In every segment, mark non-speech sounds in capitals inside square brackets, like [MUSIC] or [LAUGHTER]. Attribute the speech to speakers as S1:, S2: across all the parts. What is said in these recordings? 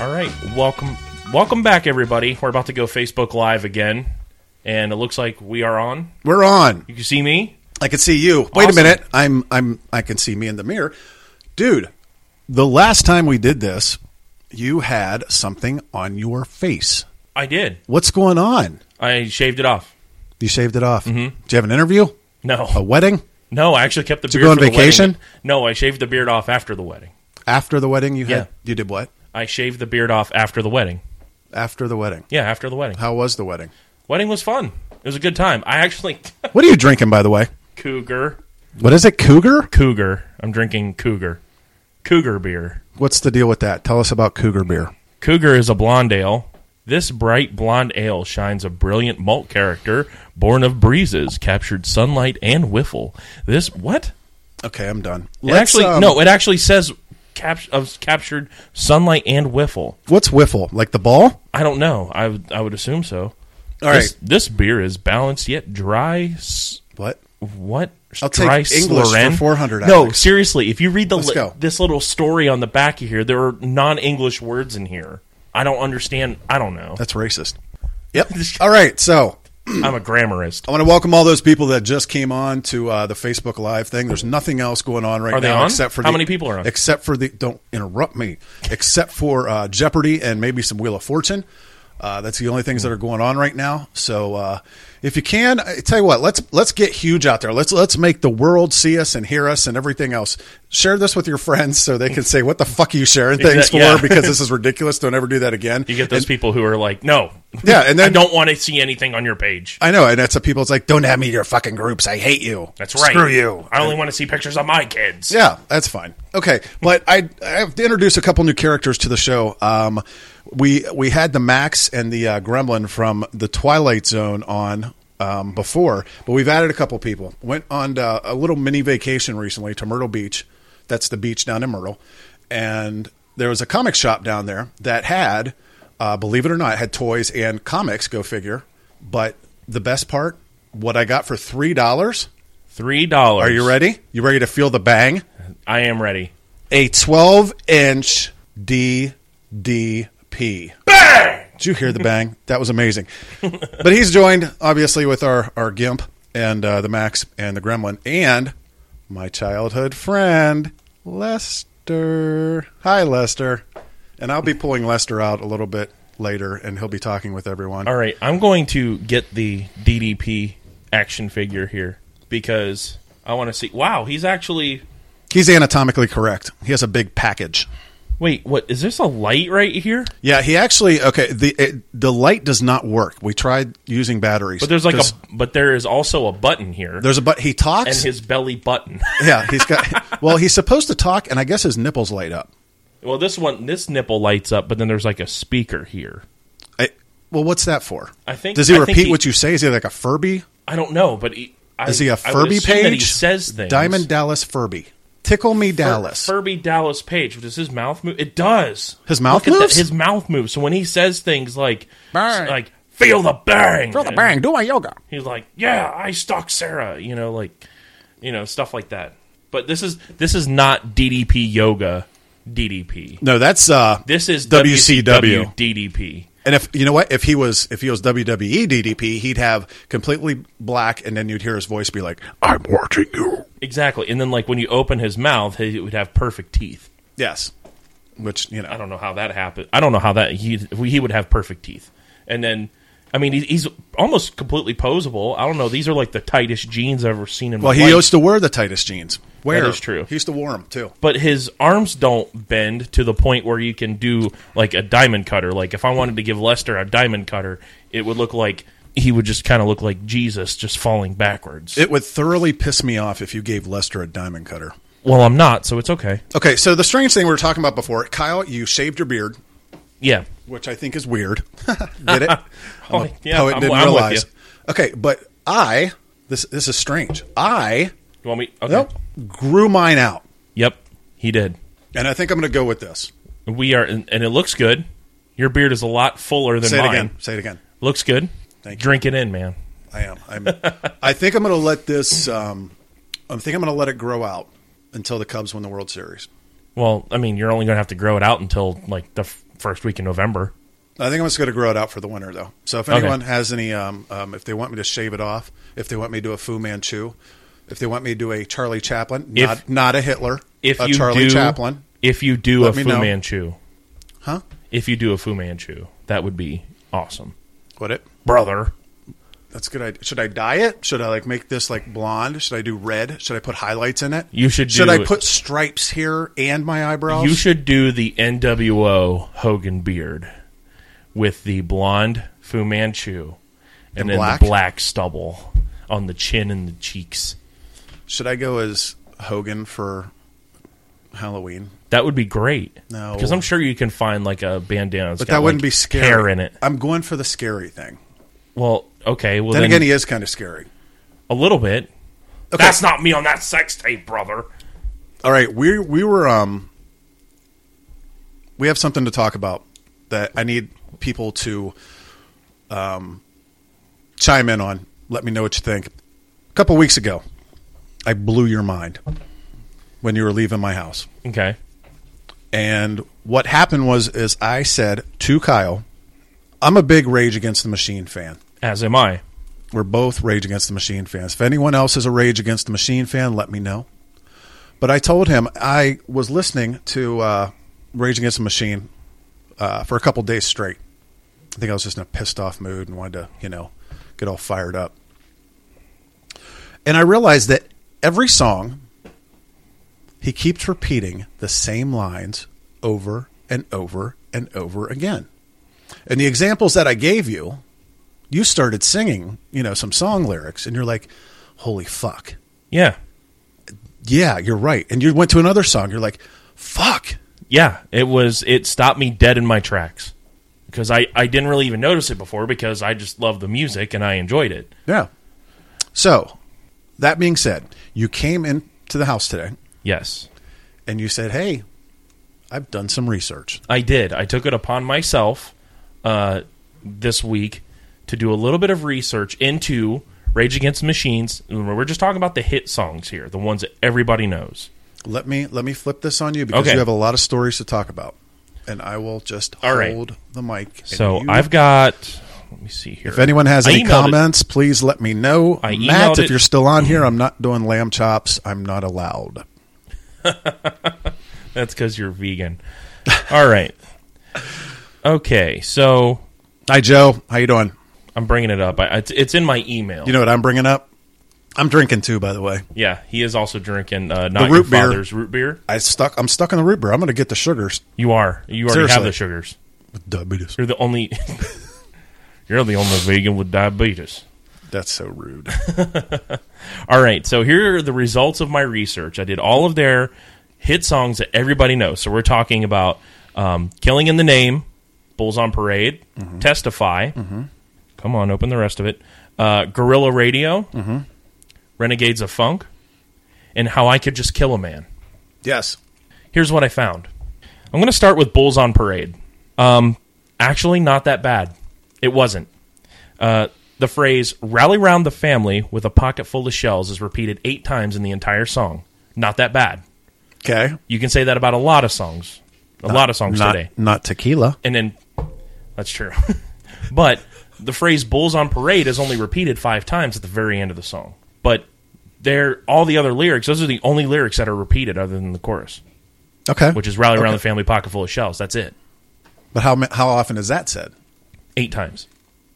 S1: right, welcome, welcome back, everybody. We're about to go Facebook Live again, and it looks like we are on.
S2: We're on.
S1: You can see me.
S2: I can see you. Wait a
S1: Awesome.
S2: minute. I'm I'm I can see me in the mirror. Dude, the last time we did this, you had something on your face.
S1: I did.
S2: What's going on?
S1: I shaved it off.
S2: You shaved it off. Mm-hmm. Do you have an interview? A
S1: No,
S2: wedding?
S1: no, I actually kept the
S2: Did you
S1: beard
S2: go on
S1: for the wedding.
S2: vacation?
S1: No, I shaved the beard off after the wedding.
S2: After the wedding you had
S1: Yeah.
S2: you did what?
S1: I shaved the beard off after the wedding.
S2: After the wedding.
S1: Yeah, after the wedding.
S2: How was the wedding?
S1: Wedding was fun. It was a good time. I actually [LAUGHS]
S2: What are you drinking by the way?
S1: cougar,
S2: What is it? Cougar?
S1: cougar. I'm drinking cougar, cougar beer.
S2: What's the deal with that? Tell us about Cougar beer.
S1: Cougar is a blonde ale. This bright blonde ale shines a brilliant malt character, born of breezes, captured sunlight, and whiffle. This what?
S2: Okay, I'm done.
S1: It
S2: Let's,
S1: actually,
S2: um,
S1: no. It actually says cap- of captured sunlight and whiffle.
S2: What's wiffle? Like the ball?
S1: I don't know. I would- I would assume so.
S2: All right.
S1: this, This beer is balanced yet dry. s-
S2: What?
S1: What?
S2: I'll take
S1: Dry
S2: English for
S1: Sloren?
S2: 400,
S1: No,
S2: Alex.
S1: seriously. If you read the
S2: Let's
S1: li-
S2: go.
S1: this little story on the back of here, there are non-English words in here. I don't understand. I don't
S2: [CLEARS THROAT]
S1: know. [LAUGHS]
S2: That's racist. Yep. All right, so
S1: I'm a grammarist.
S2: I want to welcome all those people that just came on to uh, the Facebook Live thing. There's nothing else going on right
S1: Are they
S2: now
S1: on?
S2: except for
S1: How
S2: the-
S1: many people are on?
S2: Except for the don't interrupt me. Except for uh, Jeopardy and maybe some Wheel of Fortune. Uh, that's the only things that are going on right now. So uh, if you can, I tell you what, let's let's get huge out there. Let's let's make the world see us and hear us and everything else. Share this with your friends so they can say what the fuck are you sharing things
S1: Exact- yeah.
S2: for because this is ridiculous. Don't ever do that again.
S1: You get those people who are like, no.
S2: Yeah, and
S1: [LAUGHS]
S2: then-
S1: I don't want to see anything on your page.
S2: I know, and that's a people's like, don't have me in your fucking groups. I hate you.
S1: That's right.
S2: Screw you.
S1: I only want to see pictures of my kids.
S2: Yeah, that's fine. Okay, but I, I have to introduce a couple new characters to the show. Um, we we had the Max and the uh, Gremlin from the Twilight Zone on um, before, but we've added a couple people. Went on uh, a little mini vacation recently to Myrtle Beach. That's the beach down in Myrtle, and there was a comic shop down there that had, uh, believe it or not, had toys and comics. Go figure. But the best part, what I got for three dollars.
S1: Three dollars.
S2: Are you ready? You ready to feel the bang?
S1: I am ready.
S2: a 12 inch DDP. Bang! Did you hear the bang? [LAUGHS] That was amazing. but he's joined, obviously, with our, our Gimp and uh, the Max and the Gremlin and my childhood friend, Lester. Hi, Lester. And I'll be pulling Lester out a little bit later, and he'll be talking with everyone.
S1: All right, I'm going to get the DDP action figure here because I want to see. Wow, he's actually.
S2: He's anatomically correct. He has a big package.
S1: Wait, what is this? A light right here?
S2: Yeah, he actually okay. The it, the light does not work. We tried using batteries,
S1: But there's like a.
S2: 'cause
S1: But there is also a button here,
S2: There's a but he
S1: and
S2: talks.
S1: his belly button. [LAUGHS]
S2: yeah, he's got. well, he's supposed to talk, and I guess his nipples light up.
S1: well, this one, this nipple lights up, but then there's like a speaker here.
S2: I, well, what's that for?
S1: I think-
S2: Does he
S1: I think
S2: repeat
S1: he-
S2: what you say? Is he like a Furby?
S1: I don't know, but he, I,
S2: Is he
S1: a
S2: a Furby page?
S1: That he says things.
S2: Diamond Dallas Furby. Tickle me Dallas.
S1: Furby Dallas Page. Does his mouth move? It does.
S2: His mouth
S1: at that.
S2: moves?
S1: His mouth moves. So when he says things like,
S2: Bang.
S1: like feel the bang, feel
S2: Do my yoga.
S1: He's like, yeah, I stalked Sarah. You know, like, you know, stuff like that. But this is this is not DDP yoga. DDP.
S2: No, that's uh.
S1: This is
S2: WCW.
S1: WCW DDP.
S2: and if you know what, if he was if he was E WWE DDP, he'd have completely black, and then you'd hear his voice be like, "I'm watching you."
S1: Exactly. And then like when you open his mouth, he would have perfect teeth.
S2: Yes. Which you know,
S1: I don't know how that happened. I don't know how that he he would have perfect teeth. And then, I mean, he, he's almost completely posable. I don't know. These are like the tightest jeans I've ever seen in my
S2: well, he
S1: life.
S2: used to wear the tightest jeans. Where
S1: is true.
S2: He used to wear them too.
S1: but his arms don't bend to the point where you can do like a diamond cutter. Like if I wanted to give Lester a diamond cutter, it would look like he would just kind of look like Jesus just falling backwards.
S2: It would thoroughly piss me off if you gave Lester a diamond cutter.
S1: well, I'm not, so it's okay.
S2: Okay, so the strange thing we were talking about before, Kyle, you shaved your beard,
S1: Yeah.
S2: which I think is weird. [LAUGHS]
S1: [LAUGHS]
S2: Get it? I'm a
S1: Oh, yeah,
S2: poet,
S1: I'm-
S2: didn't
S1: I'm with
S2: realize.
S1: you.
S2: Okay, but I this this is strange. I
S1: You want me? Okay.
S2: nope, grew mine out,
S1: Yep. He did.
S2: and I think I'm going to go with this.
S1: We are, and, and it looks good. Your beard is a lot fuller than
S2: Say
S1: mine.
S2: it again. Say it again.
S1: Looks good.
S2: Thank you.
S1: Drink it in, man.
S2: I am. I'm. [LAUGHS] I think I'm going to let this. Um, I think I'm going to let it grow out until the Cubs win the World Series.
S1: Well, I mean, you're only going to have to grow it out until like the f- first week in November.
S2: I think I'm just going to grow it out for the winter, though. So if anyone has any, um, um, if they want me to shave it off, if they want me to do a Fu Manchu, if they want me to do a Charlie Chaplin,
S1: If-
S2: not not a Hitler,
S1: If
S2: a
S1: you
S2: Charlie
S1: do,
S2: Chaplin,
S1: if you do
S2: Let
S1: a
S2: me
S1: Fu
S2: know.
S1: Manchu,
S2: huh?
S1: if you do a Fu Manchu, that would be awesome,
S2: Would it?
S1: brother.
S2: That's a good. idea. Should I dye it? Should I like make this like blonde? Should I do red? Should I put highlights in it?
S1: You should do
S2: Should I
S1: it.
S2: put stripes here and my eyebrows?
S1: You should do the NWO Hogan beard with the blonde Fu Manchu and
S2: The
S1: then
S2: black?
S1: the black stubble on the chin and the cheeks.
S2: Should I go as Hogan for Halloween?
S1: That would be great.
S2: No.
S1: because I'm sure you can find like a bandana, that's
S2: But
S1: got,
S2: that wouldn't
S1: like,
S2: be scary.
S1: Hair in it.
S2: I'm going for the scary thing.
S1: Well, okay. Well,
S2: Then,
S1: then,
S2: again, he is kind of scary.
S1: a little bit. That's not me on that sex tape, brother.
S2: All right, we we were um we have something to talk about that I need people to um chime in on. Let me know what you think. A couple weeks ago, I blew your mind when you were leaving my house.
S1: Okay.
S2: And what happened was is I said to Kyle, I'm a big Rage Against the Machine fan.
S1: As am I.
S2: We're both Rage Against the Machine fans. If anyone else is a Rage Against the Machine fan, let me know. But I told him I was listening to uh, Rage Against the Machine uh, for a couple days straight. I think I was just in a pissed off mood and wanted to, you know, get all fired up. And I realized that every song, he keeps repeating the same lines over and over and over again. And the examples that I gave you, you started singing, you know, some song lyrics, and you're like, holy fuck.
S1: Yeah.
S2: Yeah, you're right. And you went to another song, you're like, fuck.
S1: Yeah, it was. It stopped me dead in my tracks because I I didn't really even notice it before because I just loved the music and I enjoyed it.
S2: Yeah. So, that being said, you came into the house today
S1: Yes,
S2: and you said, hey, I've done some research.
S1: I did. I took it upon myself uh, this week to do a little bit of research into Rage Against the Machines. We're just talking about the hit songs here, the ones that everybody knows.
S2: Let me let me flip this on you because
S1: Okay.
S2: you have a lot of stories to talk about. And I will just
S1: All right.
S2: hold the mic. and
S1: So
S2: you-
S1: I've got. Let me see here.
S2: if anyone has
S1: I
S2: any
S1: emailed it.
S2: comments, please let me know.
S1: I
S2: Matt,
S1: emailed
S2: if
S1: it.
S2: you're still on here, I'm not doing lamb chops. I'm not allowed.
S1: That's because you're vegan. [LAUGHS] All right. Okay, so
S2: Hi, Joe. How you doing?
S1: I'm bringing it up. I, it's, it's in my email.
S2: You know what I'm bringing up? I'm drinking too, by the way.
S1: Yeah, he is also drinking uh, not
S2: root
S1: your
S2: beer.
S1: father's root beer.
S2: I stuck. I'm stuck in the root beer. I'm going to get the sugars.
S1: You are. You already
S2: Seriously.
S1: have the sugars.
S2: With diabetes.
S1: You're the only. [LAUGHS] you're the only vegan with diabetes.
S2: That's so rude. [LAUGHS]
S1: All right, so here are the results of my research. I did all of their hit songs that everybody knows. So we're talking about um, "Killing in the Name," "Bulls on Parade," "Testify." Come on, open the rest of it. Uh, "Gorilla Radio," "Renegades of Funk," and "How I Could Just Kill a Man."
S2: yes.
S1: here's what I found. I'm going to start with Bulls on Parade. Um, actually, not that bad. It wasn't. Uh, the phrase "rally round the family with a pocket full of shells" is repeated eight times in the entire song. Not that bad.
S2: Okay.
S1: You can say that about a lot of songs. A lot of songs
S2: Not
S1: today.
S2: not tequila.
S1: And then that's true. [LAUGHS] but the phrase "bulls on parade" is only repeated five times at the very end of the song. But there, all the other lyrics, those are the only lyrics that are repeated other than the chorus
S2: Okay.
S1: which is rally around
S2: Okay.
S1: the family pocket full of shells. That's it.
S2: but how ma- how often is that said?
S1: Eight times.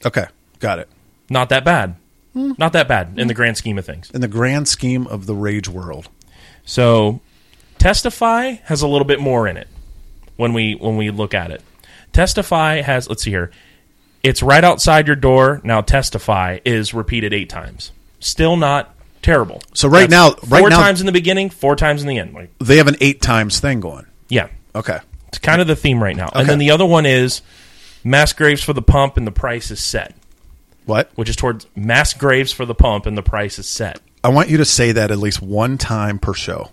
S2: Okay. Got it.
S1: Not that bad.
S2: Hmm.
S1: Not that bad in the grand scheme of things.
S2: In the grand scheme of the rage world.
S1: So, testify has a little bit more in it when we when we look at it. Testify has let's see here. It's right outside your door. Now testify is repeated 8 times. Still not terrible.
S2: So right now- right
S1: four
S2: now-
S1: times in the beginning, four times in the end. Like
S2: They have an eight times thing going.
S1: yeah.
S2: Okay.
S1: It's kind of the theme right now.
S2: Okay.
S1: And then the other one is mass graves for the pump and the price is set.
S2: What?
S1: which is towards mass graves for the pump, and the price is set. [LAUGHS]
S2: I want you to say that at least one time per show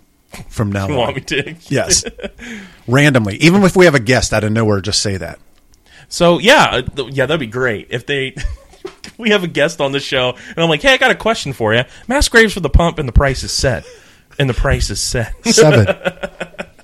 S2: from now
S1: You want
S2: on.
S1: me to? [LAUGHS]
S2: Yes. Randomly. Even if we have a guest out of nowhere, just say that.
S1: So yeah, uh, th- yeah, that'd be great if they. [LAUGHS] we have a guest on the show, and I'm like, hey, I got a question for you. Mass graves for the pump, and the price is set. And the price is set.
S2: Seven.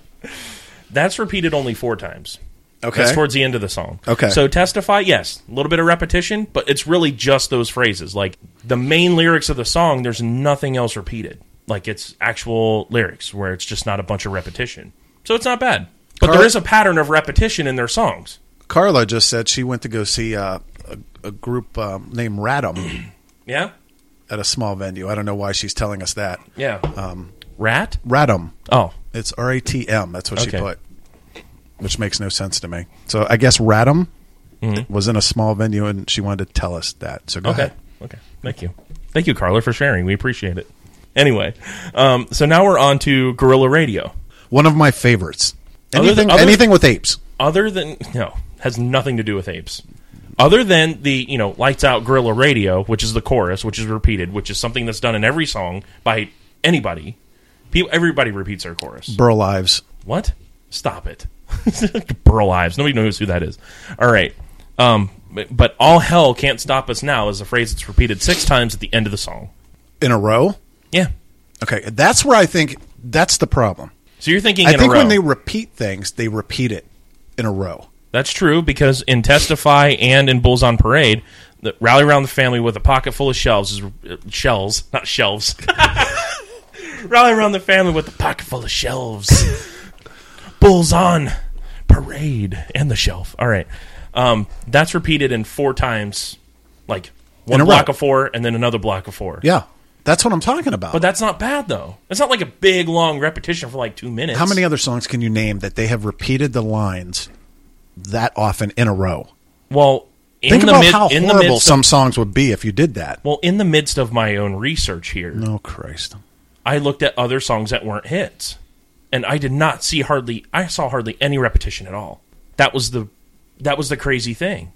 S1: [LAUGHS] That's repeated only four times.
S2: [LAUGHS] Okay.
S1: That's towards the end of the song.
S2: Okay.
S1: So testify, yes, a little bit of repetition, but it's really just those phrases. Like the main lyrics of the song, there's nothing else repeated. Like it's actual lyrics where it's just not a bunch of repetition. So it's not bad. But
S2: Carl-
S1: there is a pattern of repetition in their songs.
S2: Carla just said she went to go see uh, a, a group um, named Radom
S1: Yeah?
S2: at a small venue. I don't know why she's telling us that.
S1: Yeah. Um, Rat?
S2: Radom.
S1: Oh.
S2: It's R A T M. That's what she
S1: Okay.
S2: put, which makes no sense to me. So I guess Radom was in a small venue and she wanted to tell us that. So go
S1: Mm-hmm. Okay.
S2: ahead.
S1: Okay. Thank you. Thank you, Carla, for sharing. We appreciate it. Anyway, um, so now we're on to Gorilla Radio.
S2: One of my favorites.
S1: Other than-
S2: Anything,
S1: other-
S2: anything with apes.
S1: Other than no, has nothing to do with apes. Other than the you know lights out Gorilla Radio, which is the chorus, which is repeated, which is something that's done in every song by anybody. People, everybody repeats their chorus.
S2: Burl Lives.
S1: What? Stop it. [LAUGHS] Burl Ives. Nobody knows who that is. All right. Um, but, but all hell can't stop us now is a phrase that's repeated six times at the end of the song.
S2: In a row?
S1: Yeah.
S2: Okay. That's where I think that's the problem.
S1: So you're thinking
S2: I
S1: in
S2: think
S1: a row.
S2: when they repeat things, they repeat it in a row.
S1: That's true because in Testify and in Bulls on Parade, the rally around the family with a pocket full of shelves is uh, shells, not shelves. [LAUGHS] rally around the family with a pocket full of shelves. [LAUGHS] Bulls on Parade and the shelf. All right, um, that's repeated in four times, like one
S2: a row.
S1: block of four and then another block of four.
S2: Yeah. That's what I'm talking about.
S1: But that's not bad though. It's not like a big long repetition for like two minutes.
S2: How many other songs can you name that they have repeated the lines that often in a row?
S1: Well, in
S2: Think
S1: the
S2: about
S1: mid-
S2: how
S1: in the
S2: horrible
S1: midst of-
S2: some songs would be if you did that.
S1: well, in the midst of my own research here,
S2: Oh Christ!
S1: I looked at other songs that weren't hits, and I did not see hardly. I saw hardly any repetition at all. That was the that was the crazy thing.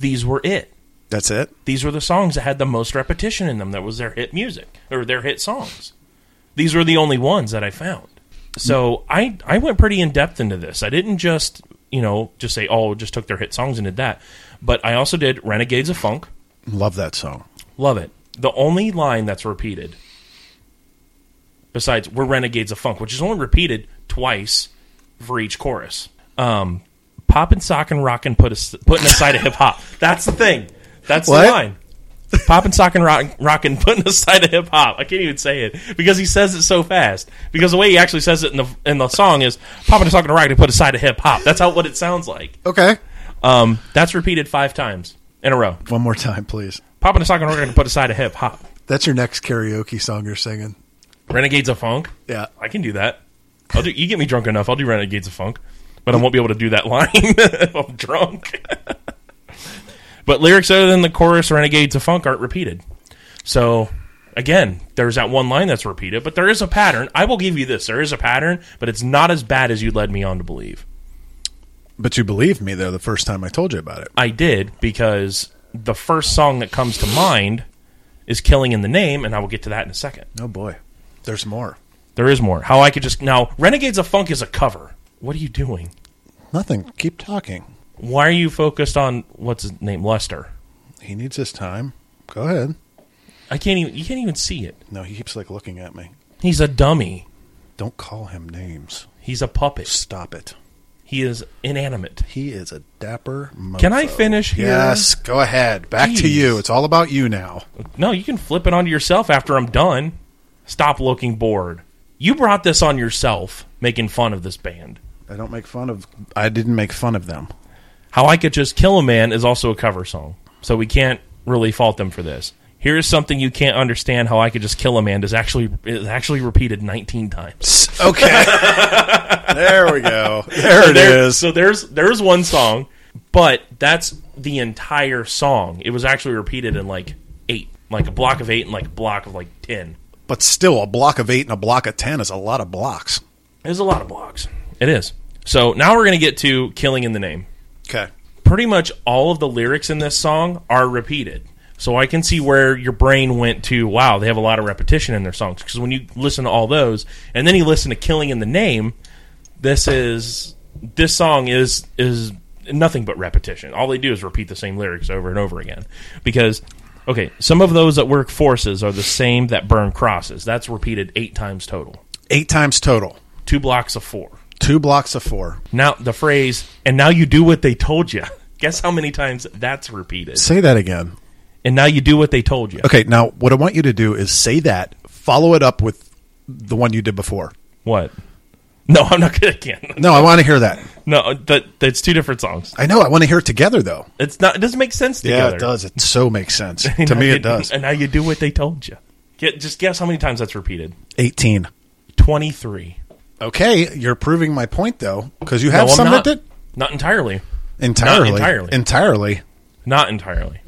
S1: These were it.
S2: That's it.
S1: These were the songs that had the most repetition in them. That was their hit music or their hit songs. These were the only ones that I found. So I I went pretty in depth into this. I didn't just you know just say oh just took their hit songs and did that, but I also did Renegades of Funk.
S2: Love that song.
S1: Love it. The only line that's repeated, besides "We're renegades of funk," which is only repeated twice for each chorus. Um, poppin', sockin', rockin', put as- putting aside a hip hop. That's the thing. That's
S2: What?
S1: the line. Poppin', sockin', rock, rockin', putting aside a hip hop. I can't even say it because he says it so fast. Because the way he actually says it in the in the song is poppin', sockin', rockin', put aside a hip hop. That's how what it sounds like.
S2: Okay.
S1: Um, that's repeated five times in a row.
S2: One more time, please.
S1: Poppin', sockin', rockin', put aside a hip hop.
S2: That's your next karaoke song you're singing.
S1: Renegades of Funk.
S2: Yeah.
S1: I can do that. I'll do. You get me drunk enough, I'll do Renegades of Funk, but I won't be able to do that line [LAUGHS] if I'm drunk. [LAUGHS] but lyrics other than the chorus, Renegades of Funk, aren't repeated. So again, there's that one line that's repeated, but there is a pattern. I will give you this: there is a pattern, but it's not as bad as you led me on to believe.
S2: But you believed me though the first time I told you about it.
S1: I did because the first song that comes to mind is "Killing in the Name," and I will get to that in a second.
S2: Oh boy, there's more.
S1: There is more. How I could just now Renegades of Funk is a cover. What are you doing?
S2: Nothing. Keep talking.
S1: Why are you focused on what's his name Lester?
S2: He needs his time. Go ahead.
S1: I can't even. You can't even see it.
S2: No, he keeps like looking at me.
S1: He's a dummy.
S2: Don't call him names.
S1: He's a puppet.
S2: Stop it.
S1: He is inanimate.
S2: He is a dapper. Mofo.
S1: Can I finish here?
S2: Yes, go ahead. Back to
S1: Jeez.
S2: you. It's all about you now.
S1: No, you can flip it onto yourself after I'm done. Stop looking bored. You brought this on yourself, making fun of this band.
S2: I don't make fun of. I didn't make fun of [LAUGHS] them.
S1: How I Could Just Kill a Man is also a cover song, so we can't really fault them for this. Here's something you can't understand: How I Could Just Kill a Man is actually is actually repeated 19 times.
S2: Okay. [LAUGHS] there we go. There it
S1: There-
S2: is.
S1: So there's there's one song, but that's the entire song. It was actually repeated in like eight, like a block of eight and like a block of like ten.
S2: But still, a block of eight and a block of ten is a lot of blocks.
S1: There's a lot of blocks. It is. So now we're gonna get to "Killing in the Name."
S2: Okay.
S1: Pretty much all of the lyrics in this song are repeated. So I can see where your brain went to. Wow, they have a lot of repetition in their songs because when you listen to all those, and then you listen to "Killing in the Name," this is this song is is nothing but repetition. All they do is repeat the same lyrics over and over again. Because okay, some of those that work forces are the same that burn crosses. That's repeated eight times total.
S2: Eight times total.
S1: Two blocks of four.
S2: Two blocks of four.
S1: Now the phrase, and now you do what they told you. [LAUGHS] Guess how many times that's repeated?
S2: Say that again.
S1: And now you do what they told you.
S2: Okay, now what I want you to do is say that, follow it up with the one you did before.
S1: What? No, I'm not gonna. I can't.
S2: No, I want to hear that.
S1: No, that that's two different songs.
S2: I know. I want to hear it together, though.
S1: It's not. It doesn't make sense
S2: Yeah,
S1: together.
S2: it does. It so makes [LAUGHS] sense.
S1: And
S2: to
S1: now
S2: me,
S1: you-
S2: it does.
S1: And now you do what they told you. Get, just guess how many times that's repeated.
S2: 18.
S1: Twenty three.
S2: Okay, you're proving my point, though, because you have
S1: no,
S2: some
S1: I'm
S2: with
S1: not.
S2: it
S1: Not entirely.
S2: entirely.
S1: Not entirely.
S2: Entirely.
S1: Not entirely.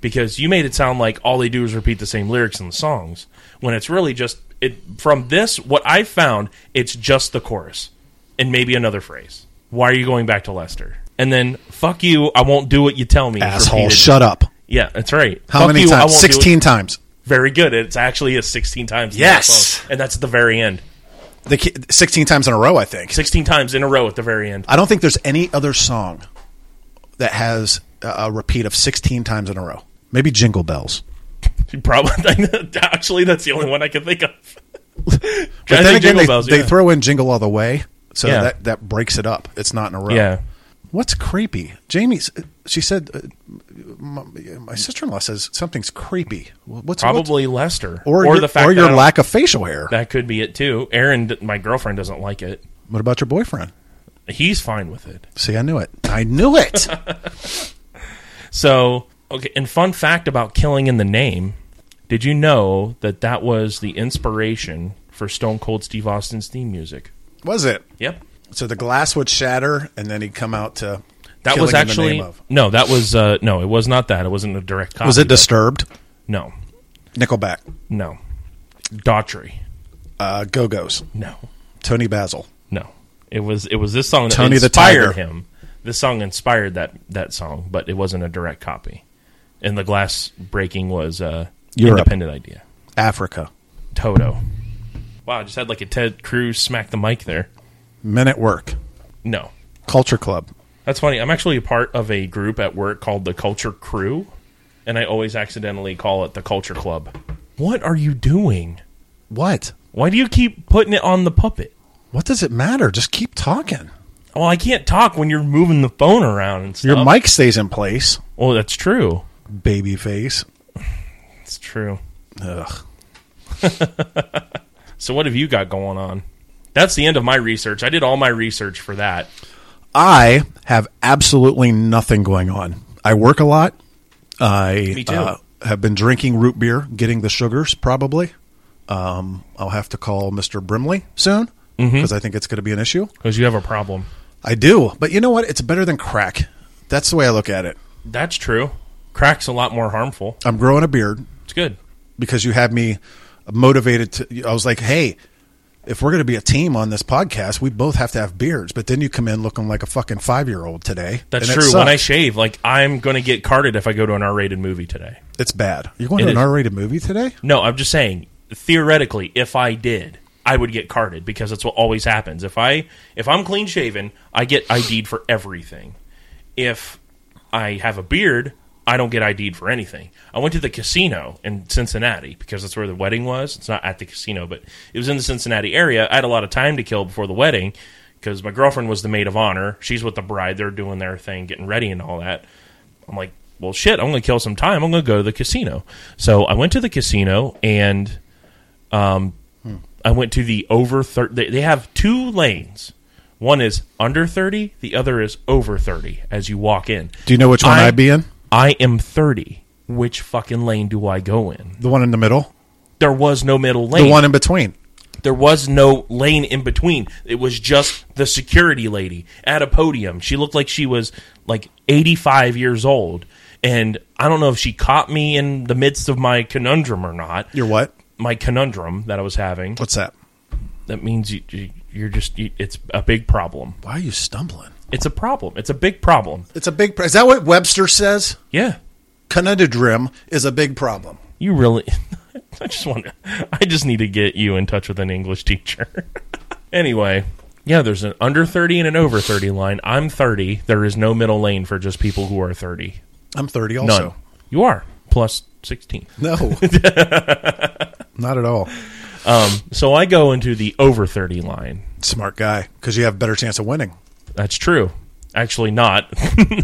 S1: Because you made it sound like all they do is repeat the same lyrics in the songs, when it's really just it from this what I found, it's just the chorus and maybe another phrase. Why are you going back to Lester? And then fuck you, I won't do what you tell me. is
S2: Asshole,
S1: repeated.
S2: shut up.
S1: yeah, that's right.
S2: How
S1: Fuck
S2: many
S1: you, I
S2: times?
S1: won't do it-
S2: 16 times.
S1: Very good. It's actually a sixteen times. in the
S2: Yes.
S1: song. and that's at the very end.
S2: The ki- 16 times in a row, I think.
S1: Sixteen times in a row at the very end.
S2: I don't think there's any other song that has a a repeat of 16 times in a row. Maybe Jingle Bells.
S1: Probably [LAUGHS] actually that's the only one I can think of. but
S2: But then again, they, they throw in Jingle All the Way, so
S1: Yeah.
S2: that, that breaks it up. It's not in a row.
S1: Yeah.
S2: What's creepy? Jamie's. She said, uh, my, "My sister-in-law says something's creepy." What's what's-
S1: probably Lester
S2: or, your,
S1: the fact
S2: or
S1: that I
S2: your
S1: don't-
S2: lack of facial hair.
S1: that could be it too. Aaron, d- my girlfriend doesn't like it.
S2: What about your boyfriend?
S1: He's fine with it.
S2: See, I knew it. I knew it. [LAUGHS]
S1: So okay. And fun fact about killing in the name: Did you know that that was the inspiration for Stone Cold Steve Austin's theme music?
S2: was it?
S1: Yep.
S2: So the glass would shatter, and then he'd come out to.
S1: That
S2: Killing
S1: was
S2: in the
S1: actually
S2: name of.
S1: no. That was uh, no. It was not that. It wasn't a direct copy.
S2: Was it
S1: but-
S2: disturbed?
S1: No.
S2: Nickelback,
S1: No. Daughtry.
S2: uh, Go Go's,
S1: No.
S2: Tony Basil.
S1: No, it was it was this song that
S2: Tony the Tiger.
S1: inspired him. This song inspired that that song, but it wasn't a direct copy. And the glass breaking was a
S2: Europe.
S1: independent idea.
S2: Africa.
S1: Toto. Wow, I just had like a Ted Cruz smack the mic there.
S2: Men at Work,
S1: No,
S2: Culture Club.
S1: that's funny. I'm actually a part of a group at work called the Culture Crew, and I always accidentally call it the Culture Club. What are you doing?
S2: What?
S1: Why do you keep putting it on the puppet?
S2: What does it matter? Just keep talking.
S1: Well, I can't talk when you're moving the phone around and stuff.
S2: Your mic stays in place.
S1: well, that's true.
S2: Baby face.
S1: It's true.
S2: Ugh.
S1: So what have you got going on? That's the end of my research. I did all my research for that.
S2: I have absolutely nothing going on. I work a lot. I uh,
S1: Me too.
S2: have been drinking root beer, getting the sugars probably. Um, I'll have to call Mr. Brimley soon because
S1: Mm-hmm.
S2: I think it's going to be an issue.
S1: Because you have a problem.
S2: I do, but you know what? It's better than crack. That's the way I look at it.
S1: That's true. Crack's a lot more harmful.
S2: I'm growing a beard
S1: It's good.
S2: because you had me motivated to. I was like, hey, if we're going to be a team on this podcast, we both have to have beards. But then you come in looking like a fucking five year old today.
S1: That's
S2: and it
S1: true. When I
S2: sucks.
S1: shave, like I'm going to get carded if I go to an R-rated movie today.
S2: it's bad. You're going
S1: It
S2: to an
S1: is.
S2: R rated movie today?
S1: No, I'm just saying theoretically if I did, I would get carded because that's what always happens. If I if I'm clean shaven, I get ID'd for everything. If I have a beard, I don't get ID'd for anything. I went to the casino in Cincinnati because that's where the wedding was. It's not at the casino, but it was in the Cincinnati area. I had a lot of time to kill before the wedding because my girlfriend was the maid of honor. She's with the bride. They're doing their thing, getting ready and all that. I'm like, well, shit, I'm going to kill some time. I'm going to go to the casino. So I went to the casino and um, I went to the over 30. They, they have two lanes. One is under 30, the other is over 30 as you walk in.
S2: Do you know which one
S1: I-
S2: I'd be in?
S1: I am 30. Which fucking lane do I go in?
S2: The one in the middle?
S1: There was no middle
S2: The
S1: lane.
S2: one in between.
S1: there was no lane in between. It was just the security lady at a podium. She looked like she was like 85 years old. And I don't know if she caught me in the midst of my conundrum or not.
S2: You're what?
S1: my conundrum that I was having.
S2: What's that?
S1: That means you, you, you're just, you, it's a big problem.
S2: Why are you stumbling?
S1: It's a problem. It's a big problem.
S2: It's a big. Pro- is that what Webster says?
S1: Yeah.
S2: Conundrum is a big problem.
S1: You really. [LAUGHS] I just want to. I just need to get you in touch with an English teacher. [LAUGHS] anyway, yeah, there's an under 30 and an over 30 line. I'm 30. There is no middle lane for just people who are 30.
S2: I'm 30
S1: None.
S2: also.
S1: You are. Plus 16.
S2: [LAUGHS] No. Not at all.
S1: So I go into the over 30 line
S2: Smart guy, because you have better chance of winning.
S1: That's true. Actually, not. [LAUGHS]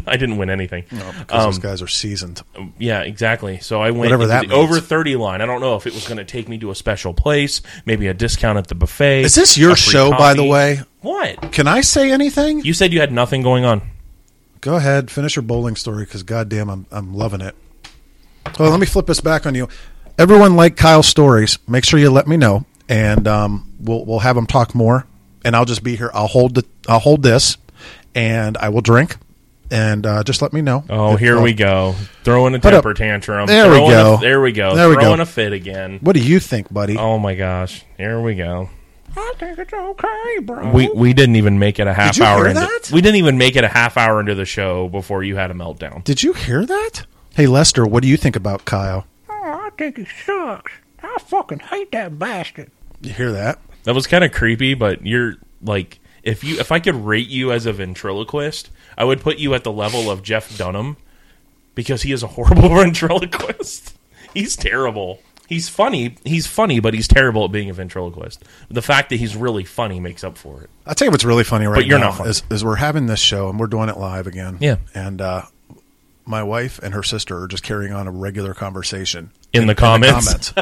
S1: I didn't win anything.
S2: Because Oh, those guys are seasoned.
S1: Yeah, exactly. So I went
S2: Whatever
S1: into
S2: that
S1: the
S2: means.
S1: over thirty line. I don't know if it was going to take me to a special place, maybe a discount at the buffet.
S2: Is this your
S1: a free
S2: show, by the
S1: coffee.
S2: way?
S1: What
S2: Can I say anything?
S1: you said? You had nothing going on.
S2: Go ahead, finish your bowling story because goddamn, I'm I'm loving it. Well, let me flip this back on you. Everyone like Kyle's stories. Make sure you let me know, and um, we'll we'll have him talk more. And I'll just be here. I'll hold the I'll hold this, and I will drink, and uh, just let me know.
S1: Oh,
S2: If,
S1: here
S2: uh,
S1: we go. Throwing a
S2: Hold up.
S1: temper tantrum.
S2: There we
S1: Throwing
S2: go.
S1: A, there we go.
S2: There we go.
S1: Throwing a fit again.
S2: What do you think, buddy?
S1: Oh my gosh. Here we go.
S3: I think it's okay, bro.
S1: We we didn't even make it a half
S2: Did you
S1: hour
S2: hear
S1: into
S2: that?
S1: We didn't even make it a half hour into the show before you had a meltdown.
S2: Did you hear that? Hey, Lester, what do you think about Kyle?
S3: oh, I think he sucks. I fucking hate that bastard.
S2: You hear that?
S1: That was kind of creepy, but you're like if you if I could rate you as a ventriloquist, I would put you at the level of Jeff Dunham because he is a [LAUGHS] horrible ventriloquist. He's terrible. He's funny. He's funny, but he's terrible at being a ventriloquist. The fact that he's really funny makes up for it.
S2: I'll tell you what's really funny right
S1: you're
S2: now
S1: not funny.
S2: Is, is we're having this show and we're doing it live again.
S1: Yeah.
S2: And uh, my wife and her sister are just carrying on a regular conversation
S1: In the comments.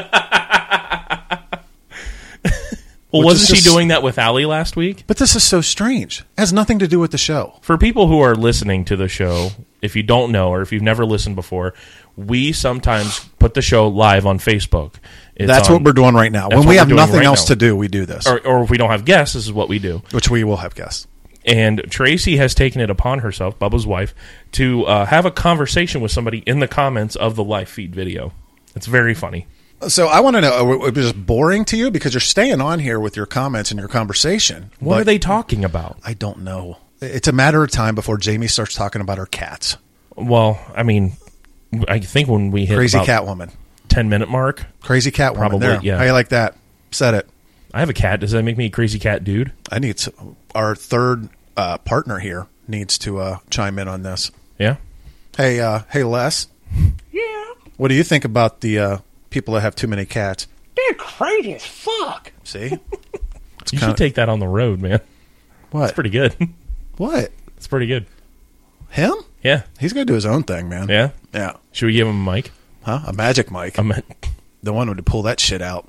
S1: Well,
S2: Which is
S1: wasn't she
S2: just-
S1: doing that with Allie last week?
S2: [LAUGHS] But this is so strange. It has nothing to do with the show.
S1: for people who are listening to the show, if you don't know or if you've never listened before, we sometimes put the show live on Facebook. It's
S2: That's
S1: on-
S2: what we're doing right now. When
S1: what
S2: we
S1: we're
S2: have
S1: doing
S2: nothing
S1: right
S2: else
S1: now.
S2: to do, we do this,
S1: or, or if we don't have guests, this is what we do.
S2: which we will have guests.
S1: And Tracy has taken it upon herself, Bubba's wife, to uh, have a conversation with somebody in the comments of the live feed video. It's very funny.
S2: So I want to know, uh, it was just boring to you because you're staying on here with your comments and your conversation.
S1: What
S2: but
S1: are they talking about?
S2: I don't know. It's a matter of time before Jamie starts talking about her cats.
S1: Well, I mean, I think when we hit
S2: Crazy
S1: about
S2: Catwoman.
S1: ten minute mark,
S2: Crazy Catwoman.
S1: Probably,
S2: there.
S1: yeah.
S2: How you like that? Said it.
S1: I have a cat. Does that make me a crazy cat dude?
S2: I need to, our third uh, partner here needs to uh, chime in on this.
S1: Yeah.
S2: Hey, uh, hey, Les,
S3: Yeah,
S2: what do you think about the uh, people that have too many cats?
S3: they're crazy as fuck.
S1: [LAUGHS]
S2: See, it's
S1: You
S2: kinda-
S1: should take that on the road, man. [LAUGHS]
S2: what?
S1: It's pretty good. [LAUGHS]
S2: what
S1: It's pretty good.
S2: him?
S1: Yeah.
S2: He's gonna do his own thing, man.
S1: Yeah. Um,
S2: yeah.
S1: Should we give him a mic?
S2: Huh? A magic mic.
S1: I'm
S2: the one would pull that shit out.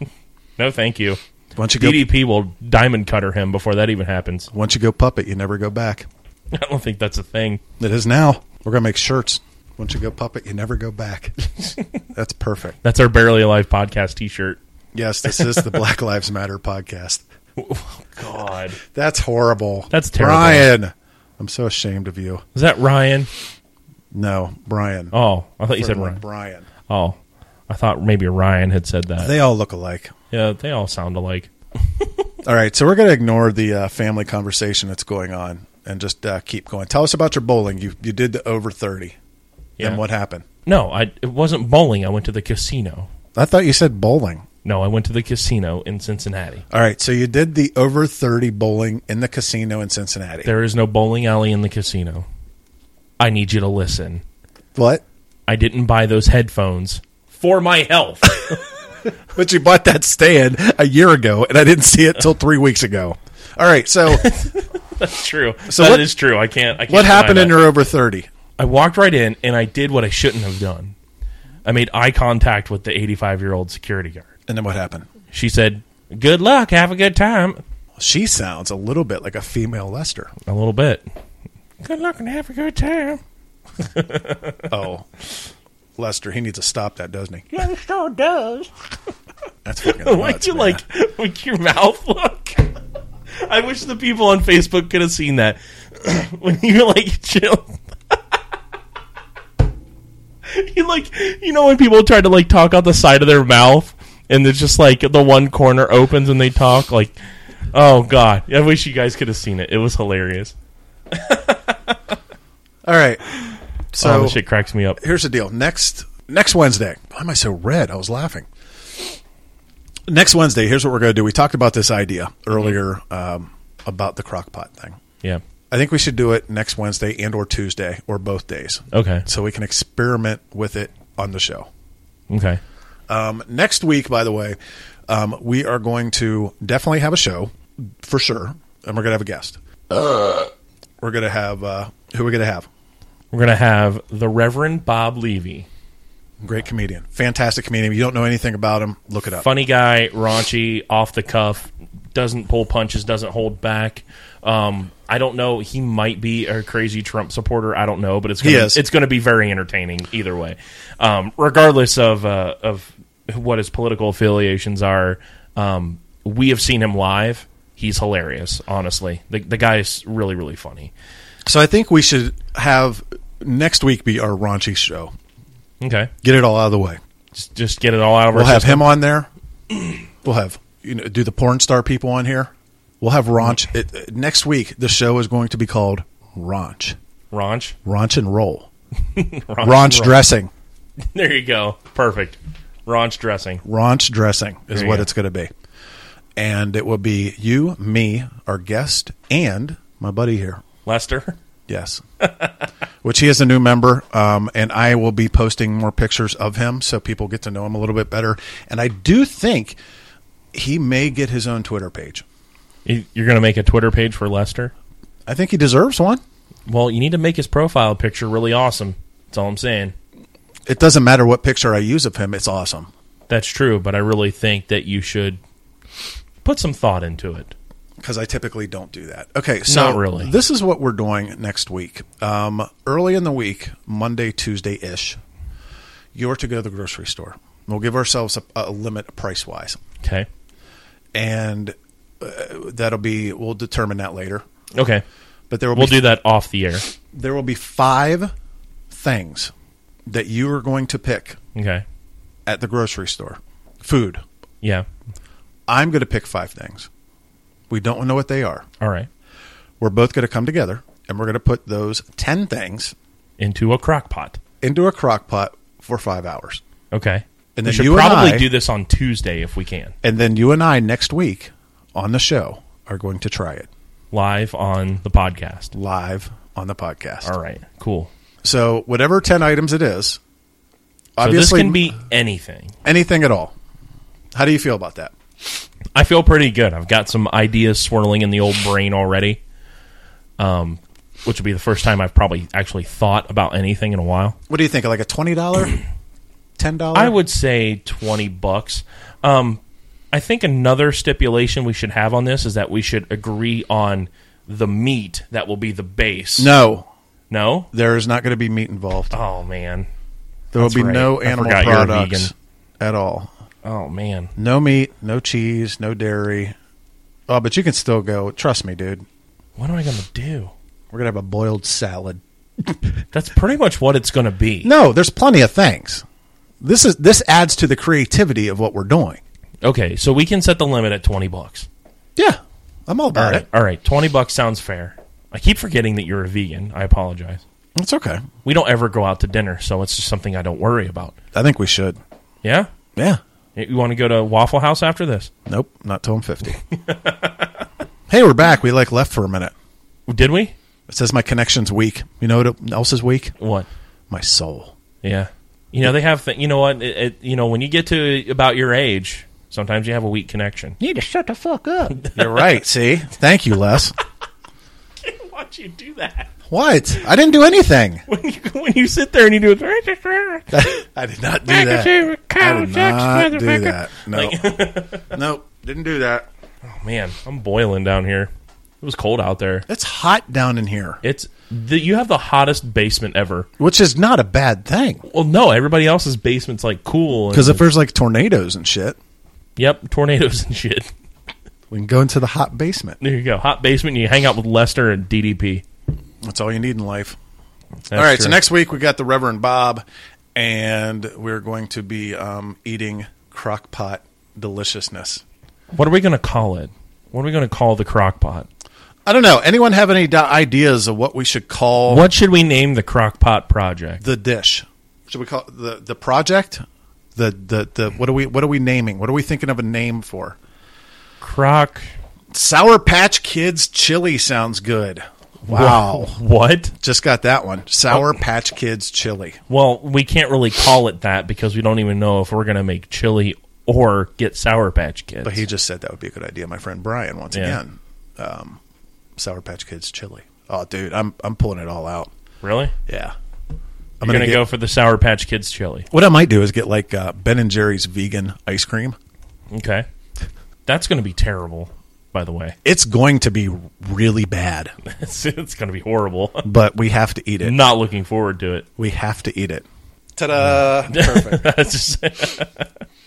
S1: [LAUGHS] no, thank you.
S2: Once you go,
S1: DDP will diamond cutter him before that even happens. [LAUGHS]
S2: once you go puppet, you never go back.
S1: I don't think that's a thing.
S2: It is now. We're gonna make shirts. Once you go puppet, you never
S1: [LAUGHS]
S2: go back. That's perfect.
S1: That's our Barely Alive podcast t shirt.
S2: Yes, this is the Black Lives Matter podcast.
S1: God.
S2: That's horrible.
S1: That's terrible.
S2: Brian, I'm so ashamed of you.
S1: Is that Ryan?
S2: No, Brian.
S1: Oh, I thought you said
S2: Certainly
S1: Ryan.
S2: Brian.
S1: Oh, I thought maybe Ryan had said that.
S2: They all look alike.
S1: yeah, they all sound alike.
S2: All right, so we're going to ignore the uh, family conversation that's going on and just uh, keep going. Tell us about your bowling. You you did the over 30.
S1: Yeah.
S2: And what happened?
S1: No, I, it wasn't bowling. I went to the casino.
S2: I thought you said bowling.
S1: No, I went to the casino in Cincinnati.
S2: All right, so you did the over 30 bowling in the casino in Cincinnati.
S1: There is no bowling alley in the casino. I need you to listen.
S2: What?
S1: I didn't buy those headphones for my health.
S2: [LAUGHS] But you bought that stand a year ago, and I didn't see it till three weeks ago. All
S1: [LAUGHS]
S2: right, so
S1: That's true.
S2: So
S1: So that is
S2: what-
S1: true. I can't. I can't
S2: what
S1: deny
S2: happened in
S1: that.
S2: your over 30?
S1: I walked right in and I did what I shouldn't have done. I made eye contact with the 85 year old security guard.
S2: And then what happened?
S1: She said, "Good luck. Have a good time."
S2: She sounds a little bit like a
S1: [LAUGHS]
S2: female Lester.
S1: A little bit.
S3: Good luck and have a good time.
S2: Oh, Lester, he needs to stop that, doesn't he?
S3: Yeah, he sure does.
S1: [LAUGHS]
S2: That's fucking
S1: Like
S2: nuts,
S1: you
S2: man.
S1: like like your mouth look. [LAUGHS] I wish the people on Facebook could have seen that [CLEARS THROAT] when you like chill. [LAUGHS] you like you know when people try to like talk out the side of their mouth and it's just like the one corner opens and they talk like oh god I wish you guys could have seen it it was hilarious
S2: All right.
S1: oh
S2: So
S1: this shit cracks me up
S2: here's the deal. Next next Wednesday. Why am I so red? I was laughing. Next Wednesday, here's what we're going to do. We talked about this idea earlier um, about the crock pot thing.
S1: yeah
S2: I think we should do it next Wednesday and or Tuesday or both days.
S1: okay
S2: So we can experiment with it on the show.
S1: okay
S2: Um, next week, by the way, um, we are going to definitely have a show. for sure, and we're gonna have a guest. We're gonna have uh, who are we gonna have?
S1: We're gonna have the Reverend Bob Levy,
S2: Great comedian, fantastic comedian. If you don't know anything about him, look it up.
S1: funny guy, raunchy, off the cuff, doesn't pull punches, doesn't hold back. Um, I don't know. He might be a crazy Trump supporter. I don't know, but it's gonna,
S2: He is.
S1: it's going to be very entertaining either way, um, regardless of uh, of what his political affiliations are. Um, we have seen him live. He's hilarious. Honestly, the the guy is really really funny.
S2: So I think we should have next week be our raunchy show.
S1: Okay,
S2: Get it all out of the way.
S1: just, just get it all out of
S2: We'll
S1: our
S2: have
S1: system.
S2: him on there. We'll have you know do the porn star people on here. We'll have raunch it, it- next week. The show is going to be called Raunch,
S1: Raunch.
S2: Raunch and Roll,
S1: Raunch,
S2: Raunch
S1: Raunch.
S2: dressing.
S1: [LAUGHS] There you go. Perfect. Raunch dressing.
S2: Raunch dressing is
S1: There you
S2: what
S1: go.
S2: it's going to be, and it will be you, me, our guest, and my buddy here.
S1: Lester.
S2: Yes.
S1: [LAUGHS]
S2: Which he is a new member, um, and I will be posting more pictures of him so people get to know him a little bit better. And I do think he may get his own Twitter page.
S1: You- You're going to make a Twitter page for Lester?
S2: I think he deserves one.
S1: Well, you need to make his profile picture really awesome. That's all I'm saying.
S2: It doesn't matter what picture I use of him, it's awesome.
S1: That's true, but I really think that you should put some thought into it.
S2: Because I typically don't do that. Okay, so
S1: Not really.
S2: this is what we're doing next week. Um, early in the week, Monday, Tuesday ish, you're to go to the grocery store. We'll give ourselves a, a limit price wise.
S1: Okay.
S2: and uh, that'll be we'll determine that later.
S1: Okay.
S2: But there will
S1: We'll
S2: be
S1: do that off the air.
S2: there will be five things that you are going to pick
S1: Okay.
S2: at the grocery store. Food.
S1: Yeah.
S2: I'm going to pick five things. We don't know what they are.
S1: All right.
S2: We're both going to come together and we're going to put those 10 things
S1: Into a crock pot.
S2: into a crock pot for 5 hours.
S1: Okay. we
S2: And then
S1: should
S2: you and
S1: probably
S2: I-
S1: do this on Tuesday if we can.
S2: And then you and I next week on the show are going to try it
S1: Live on the podcast.
S2: live on the podcast.
S1: All right. Cool.
S2: So, whatever 10 items it is,
S1: So this
S2: obviously
S1: can be anything.
S2: anything at all. How do you feel about that?
S1: I feel pretty good. I've got some ideas swirling in the old brain already, um, which will be the first time I've probably actually thought about anything in a while.
S2: What do you think? Like a
S1: [CLEARS THROAT]
S2: twenty dollar, ten dollar?
S1: I would say twenty bucks. Um, I think another stipulation we should have on this is that we should agree on the meat that will be the base.
S2: No,
S1: no.
S2: there is not going to be meat involved.
S1: Oh man.
S2: there will
S1: that's
S2: be
S1: right.
S2: no
S1: I
S2: animal
S1: forgot you're a
S2: products at all.
S1: Oh man.
S2: No meat, no cheese, no dairy. Oh, but you can still go. Trust me, dude.
S1: What am I going to do?
S2: We're gonna have a boiled salad.
S1: That's pretty much what it's going to be.
S2: No, there's plenty of things. This is this adds to the creativity of what we're doing.
S1: Okay, so we can set the limit at twenty bucks.
S2: Yeah, I'm all
S1: All
S2: about
S1: right.
S2: it.
S1: All right. 20 bucks sounds fair. I keep forgetting that you're a vegan. I apologize.
S2: It's okay.
S1: We don't ever go out to dinner, so it's just something I don't worry about.
S2: I think we should.
S1: Yeah?
S2: Yeah.
S1: You want to go to Waffle House after this?
S2: Nope. Not till I'm [LAUGHS] fifty. hey, we're back. We like left for a minute.
S1: Did we?
S2: It says my connection's weak. You know what else is weak?
S1: What?
S2: My soul.
S1: Yeah. You know, they have, th- you know what? It, it, you know, when you get to about your age, sometimes you have a weak connection. [LAUGHS]
S3: Need to shut the fuck up.
S2: You're [LAUGHS] right. See? Thank you, Les.
S1: Why'd you do that?
S2: What? I didn't do anything. [LAUGHS]
S1: When you, when you sit there and you do it,
S2: I did not do that. I did not do that. No. [LAUGHS] nope. Didn't do that.
S1: oh, man, I'm boiling down here. It was cold out there.
S2: It's hot down in here,
S1: It's the, you have the hottest basement ever.
S2: which is not a bad thing.
S1: Well, no, everybody else's basement's like cool and
S2: Because if there's like tornadoes and shit,
S1: Yep, tornadoes and shit.
S2: we can go into the hot basement.
S1: There you go. Hot basement, and you hang out with Lester and DDP.
S2: That's all you need in life.
S1: That's
S2: all right. So
S1: true.
S2: next week we got the Reverend Bob, and we're going to be um, eating crock pot deliciousness.
S1: What are we going to call it? What are we going to call the crock pot?
S2: I don't know. Anyone have any di- ideas of what we should call
S1: What should we name the crock pot project?
S2: the dish? Should we call it the the project? The the the what are we what are we naming? What are we thinking of a name for?
S1: Crock.
S2: Sour Patch Kids chili sounds good. Wow.
S1: [LAUGHS]
S2: Oh.
S1: What?
S2: Just got that one. Sour Patch Kids chili.
S1: Well, we can't really call it that because we don't even know if we're going to make chili or get Sour Patch Kids.
S2: But he just said that would be a good idea. My friend Brian, once
S1: Yeah.
S2: again, um, Sour Patch Kids chili. Oh, dude, I'm I'm pulling it all out.
S1: really?
S2: Yeah, I'm
S1: I'm gonna,
S2: get-
S1: go for the Sour Patch Kids chili.
S2: What I might do is get like uh, Ben and Jerry's vegan ice cream.
S1: Okay, that's gonna be terrible. By the way, [LAUGHS]
S2: It's going to be really bad,
S1: it's, it's gonna be horrible. [LAUGHS]
S2: but we have to eat it.
S1: Not looking forward to it.
S2: We have to eat it. Ta-da!
S1: [LAUGHS]
S2: Perfect.
S1: That's just-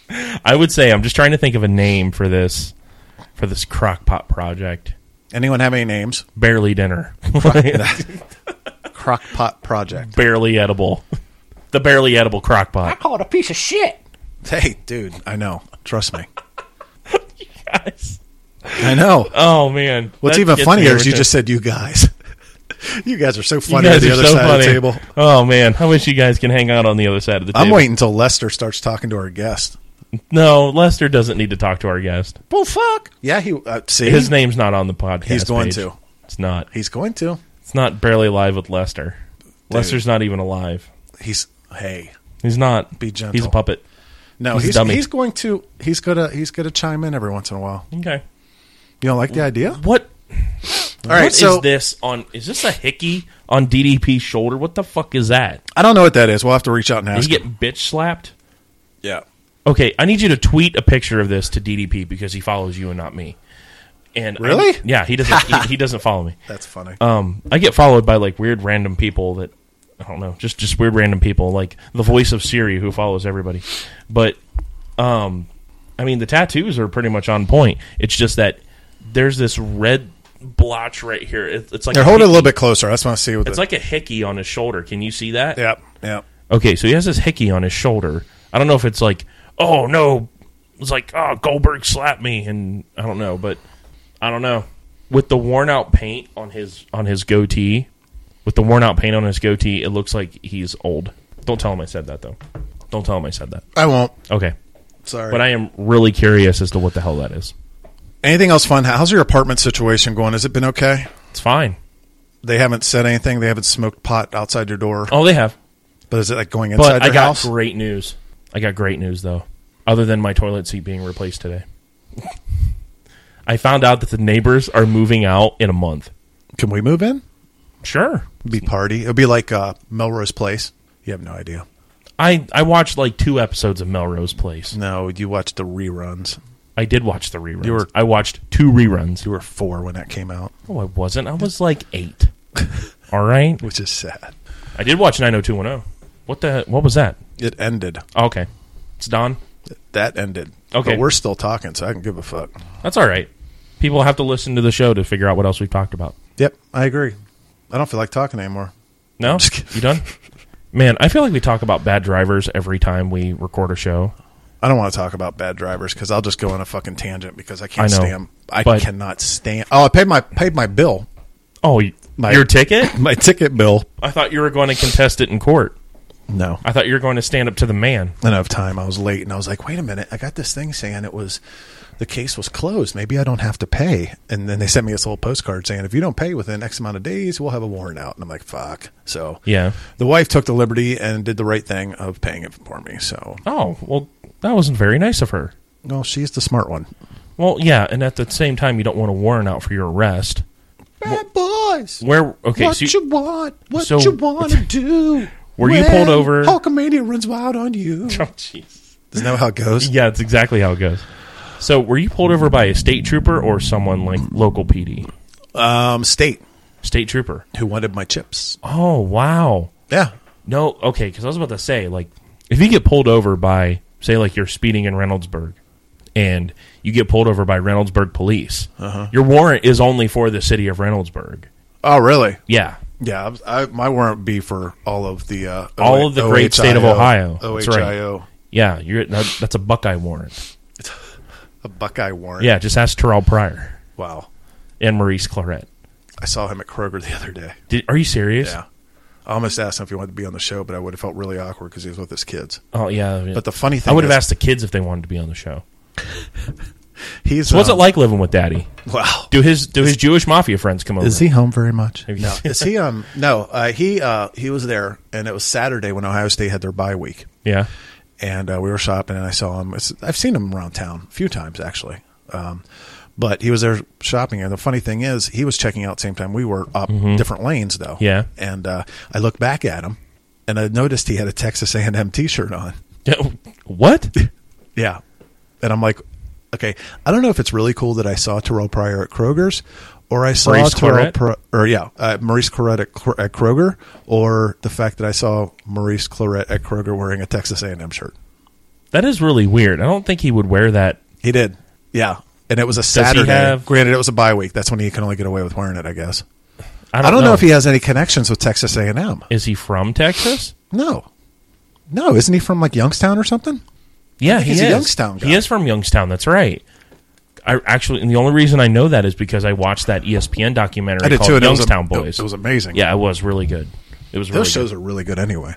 S1: [LAUGHS] I would say I'm just trying to think of a name for this for this crockpot project.
S2: Anyone have any names?
S1: Barely dinner, [LAUGHS]
S2: Crockpot Project.
S1: barely edible. The barely edible
S2: [LAUGHS]
S3: I
S1: crockpot.
S3: call it a piece of shit.
S2: Hey, dude, I know. Trust me,
S1: Guys.
S2: I know.
S1: Oh man!
S2: What's
S1: That
S2: even
S1: gets
S2: funnier
S1: me
S2: is you
S1: irritated.
S2: just said you guys. [LAUGHS] you guys are
S1: [LAUGHS]
S2: so
S1: You
S2: funny at
S1: guys
S2: the
S1: are
S2: other
S1: so
S2: side of the
S1: funny.
S2: table.
S1: Oh man, I wish you guys can hang out on the other side of the table.
S2: I'm waiting until Lester starts talking to our guest.
S1: No, Lester doesn't need to talk to our guest.
S2: Well, fuck. Yeah, he uh, see
S1: His name's not on the podcast.
S2: He's going
S1: page.
S2: to.
S1: It's not.
S2: He's going to.
S1: It's not barely live with Lester. Lester's not even alive.
S2: He's hey.
S1: He's not.
S2: Be gentle.
S1: He's a puppet.
S2: No,
S1: He's a
S2: he's he's,
S1: dummy.
S2: going to. He's gonna he's gonna chime in every once in a while.
S1: Okay.
S2: You don't like the idea? All
S1: What?
S2: right,
S1: what is
S2: so
S1: this on? Is this a hickey on DDP's shoulder? What the fuck is that?
S2: I don't know what that is. We'll have to reach out and
S1: Did
S2: ask.
S1: he get bitch slapped?
S2: him. yeah.
S1: Okay, I need you to tweet a picture of this to DDP because he follows you and not me. And I-
S2: Really?
S1: yeah, he doesn't. he, he doesn't follow me.
S2: That's funny.
S1: um, I get followed by like weird random people that I don't know, just just weird random people like the voice of Siri who follows everybody. But um, I mean the tattoos are pretty much on point. It's just that there's this red blotch right here. It, it's like
S2: Here, hold it a
S1: hickey.
S2: little bit closer. I just want to see what.
S1: It's
S2: the,
S1: like a hickey on his shoulder. Can you see that?
S2: yeah, yeah.
S1: Okay, so he has this hickey on his shoulder. I don't know if it's like, oh no, it's like, oh Goldberg slapped me, and I don't know, but I don't know. With the worn out paint on his on his goatee, with the worn out paint on his goatee, it looks like he's old. Don't tell him I said that though. Don't tell him I said that.
S2: I won't.
S1: Okay,
S2: Sorry.
S1: but I am really curious as to what the hell that is.
S2: Anything else fun? How's your apartment situation going? Has it been okay?
S1: It's fine.
S2: They haven't said anything. They haven't smoked pot outside your door.
S1: Oh, they have,
S2: But is it like going inside
S1: but I
S2: your
S1: got
S2: house?
S1: great news. I got great news though. Other than my toilet seat being replaced today, I found out that the neighbors are moving out in a month.
S2: Can we move in?
S1: Sure.
S2: Be party. It'd be like uh, Melrose Place. You have no idea.
S1: I, I watched like two episodes of Melrose Place.
S2: No, you watched the reruns.
S1: I did watch the reruns.
S2: You were-
S1: I watched two reruns.
S2: You were four when that came out,
S1: No, I wasn't. I was like
S2: [LAUGHS]
S1: eight. All right.
S2: which is sad.
S1: I did watch 90210. What the? What was that?
S2: It ended.
S1: Oh, okay. It's Don.
S2: That ended.
S1: Okay.
S2: But we're still talking, so I can give a fuck.
S1: That's all right. People have to listen to the show to figure out what else we've talked about.
S2: Yep, I agree. I don't feel like talking anymore.
S1: No?
S2: just kidding.
S1: You done? Man, I feel like we talk about bad drivers every time we record a show.
S2: I don't want to talk about bad drivers because I'll just go on a fucking tangent because I can't
S1: I know,
S2: stand. I
S1: but-
S2: cannot stand. Oh, I paid my paid my bill,
S1: Oh, y-
S2: My-
S1: your ticket?
S2: my ticket bill.
S1: I thought you were going to contest it in court.
S2: No,
S1: I thought you were going to stand up to the man.
S2: I didn't have time. I was late, and I was like, "Wait a minute! I got this thing saying it was the case was closed. Maybe I don't have to pay." And then they sent me this little postcard saying, "If you don't pay within X amount of days, we'll have a warrant out." And I'm like, "Fuck!" So
S1: Yeah.
S2: the wife took the liberty and did the right thing of paying it for me. So
S1: Oh, well, that wasn't very nice of her.
S2: well, she's the smart one.
S1: Well, yeah, and at the same time, you don't want a warrant out for your arrest.
S2: Bad boys.
S1: Where? Okay,
S2: what
S1: so
S2: you,
S1: you-
S2: want? What
S1: so-
S2: you
S1: [LAUGHS]
S2: want to do?
S1: Were you
S2: when
S1: pulled over-
S2: Hulkamania runs wild on you.
S1: [LAUGHS] Oh, jeez.
S2: Isn't that how it goes?
S1: Yeah, that's exactly how it goes. So, were you pulled over by a state trooper or someone like local PD?
S2: Um, state
S1: State trooper.
S2: who wanted my chips?
S1: Oh wow.
S2: Yeah,
S1: No, okay, because I was about to say like if you get pulled over by say like you're speeding in Reynoldsburg and you get pulled over by Reynoldsburg police,
S2: Uh-huh.
S1: your warrant is only for the city of Reynoldsburg.
S2: Oh, really?
S1: Yeah,
S2: Yeah, I, I, my warrant would be for all of the uh,
S1: All of the great state of Ohio. That's right.
S2: OHIO,
S1: yeah, you're that, that's a Buckeye warrant.
S2: a Buckeye warrant.
S1: Yeah, just ask Terrell Pryor
S2: Wow,
S1: and Maurice Claret.
S2: I saw him at Kroger the other day.
S1: Did, are you serious?
S2: Yeah, I almost asked him if he wanted to be on the show, but I would have felt really awkward because he was with his kids.
S1: Oh yeah.
S2: But the funny thing,
S1: I would have
S2: is,
S1: asked the kids if they wanted to be on the show.
S2: He's
S1: What's
S2: um,
S1: it like living with Daddy?
S2: Wow,
S1: Do his do his Jewish mafia friends come over?
S2: Is he home very much?
S1: Have you-
S2: No. Is he um no, uh, he uh he was there and it was Saturday when Ohio State had their bye week.
S1: Yeah. [LAUGHS]
S2: and uh, we were shopping, and I saw him. It's, I've seen him around town a few times actually, um, but he was there shopping. And the funny thing is, he was checking out same time we were up different lanes though.
S1: Mm-hmm. Yeah.
S2: and uh, I looked back at him, and I noticed he had a Texas A&M T-shirt on. [LAUGHS]
S1: what?
S2: Yeah. And I'm like, okay, I don't know if it's really cool that I saw Terrell Pryor at Kroger's or I saw
S1: Maurice
S2: Terrell
S1: Claret?
S2: Pri- or yeah, uh, Maurice Claret at, Kro- at Kroger or the fact that I saw Maurice Claret at Kroger wearing a Texas A&M shirt.
S1: That is really weird. I don't think he would wear that.
S2: He did. Yeah. And it was a
S1: he
S2: Saturday.
S1: have-
S2: Granted, it was a bye week. That's when he can only get away with wearing it, I guess.
S1: I don't,
S2: I don't, know. if he has any connections with Texas A&M.
S1: is he from Texas.
S2: No. No, isn't he from like Youngstown or something?
S1: Yeah,
S2: think
S1: he
S2: he's
S1: is.
S2: a Youngstown guy.
S1: He is from Youngstown. That's right. I actually, and the only reason I know that is because I watched that E ESPN documentary
S2: I did
S1: called
S2: too. and it was a-
S1: Youngstown
S2: it-
S1: Boys.
S2: It was amazing.
S1: yeah, it was really good. It was really
S2: Those shows
S1: good.
S2: are really good anyway.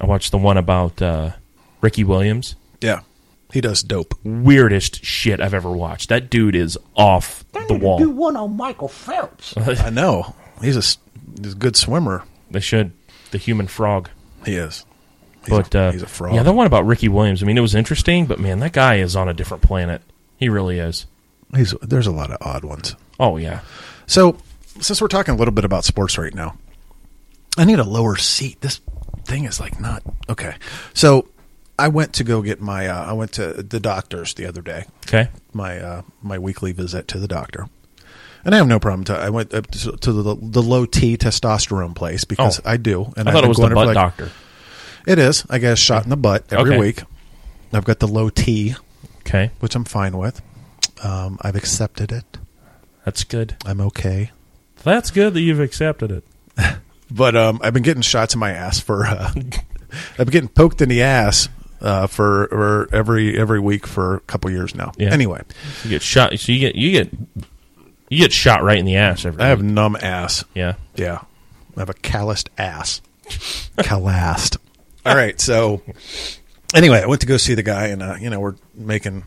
S1: I watched the one about uh, Ricky Williams.
S2: Yeah. He does dope.
S1: Weirdest shit I've ever watched. That dude is off the
S3: need to do
S1: wall.
S3: one on Michael Phelps.
S2: I know. He's a, s- he's a good swimmer.
S1: They should the human frog.
S2: He is. He's
S1: But
S2: a,
S1: uh,
S2: he's a fraud.
S1: Yeah, the one about Ricky Williams. I mean, it was interesting, but man, that guy is on a different planet. He really is.
S2: he's, there's a lot of odd ones.
S1: Oh yeah.
S2: So, since we're talking a little bit about sports right now, I need a lower seat. This thing is like not okay. So, I went to go get my. Uh, I went to the doctor's the other day.
S1: Okay.
S2: my uh, my weekly visit to the doctor, and I have no problem. To, I went up to, to the, the low T testosterone place because
S1: Oh.
S2: I do. And
S1: I thought
S2: I've been
S1: it was the
S2: going there
S1: butt
S2: for like-
S1: doctor.
S2: It is. I get a shot in the butt every
S1: Okay.
S2: week. I've got the low T,
S1: Okay,
S2: which I'm fine with. Um, I've accepted it.
S1: that's good.
S2: I'm okay.
S1: That's good that you've accepted it.
S2: But um, I've been getting shots in my ass for. Uh, [LAUGHS] I've been getting poked in the ass uh, for or every every week for a couple years now.
S1: Yeah.
S2: Anyway,
S1: You get shot. So you get you get you get shot right in the ass every.
S2: I have
S1: week.
S2: numb ass.
S1: yeah.
S2: Yeah. I have a calloused ass. calloused. All right. So, anyway, I went to go see the guy, and, uh, you know, we're making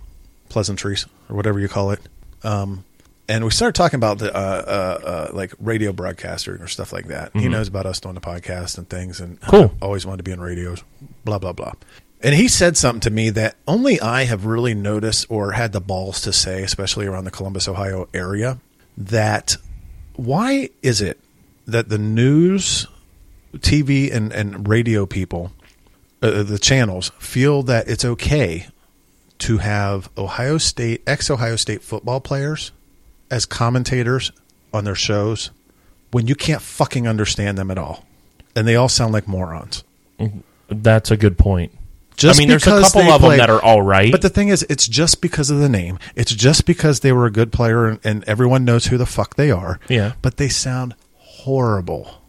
S2: pleasantries or whatever you call it. Um, and we started talking about the uh, uh, uh, like radio broadcasting or stuff like that. He knows about us doing the podcast and things, and
S1: Cool.
S2: I've always wanted to be in radios. Blah blah blah. And he said something to me that only I have really noticed or had the balls to say, especially around the Columbus, Ohio area. That why is it that the news, TV, and and radio people, uh, the channels feel that it's okay to have Ohio State, ex Ohio State football players as commentators on their shows when you can't fucking understand them at all. And they all sound like morons.
S1: That's a good point.
S2: Just
S1: I mean, there's a
S2: because
S1: couple
S2: they
S1: of
S2: play-
S1: them that are all right.
S2: But the thing is, it's just because of the name. It's just because they were a good player and, and everyone knows who the fuck they are.
S1: Yeah.
S2: But they sound horrible,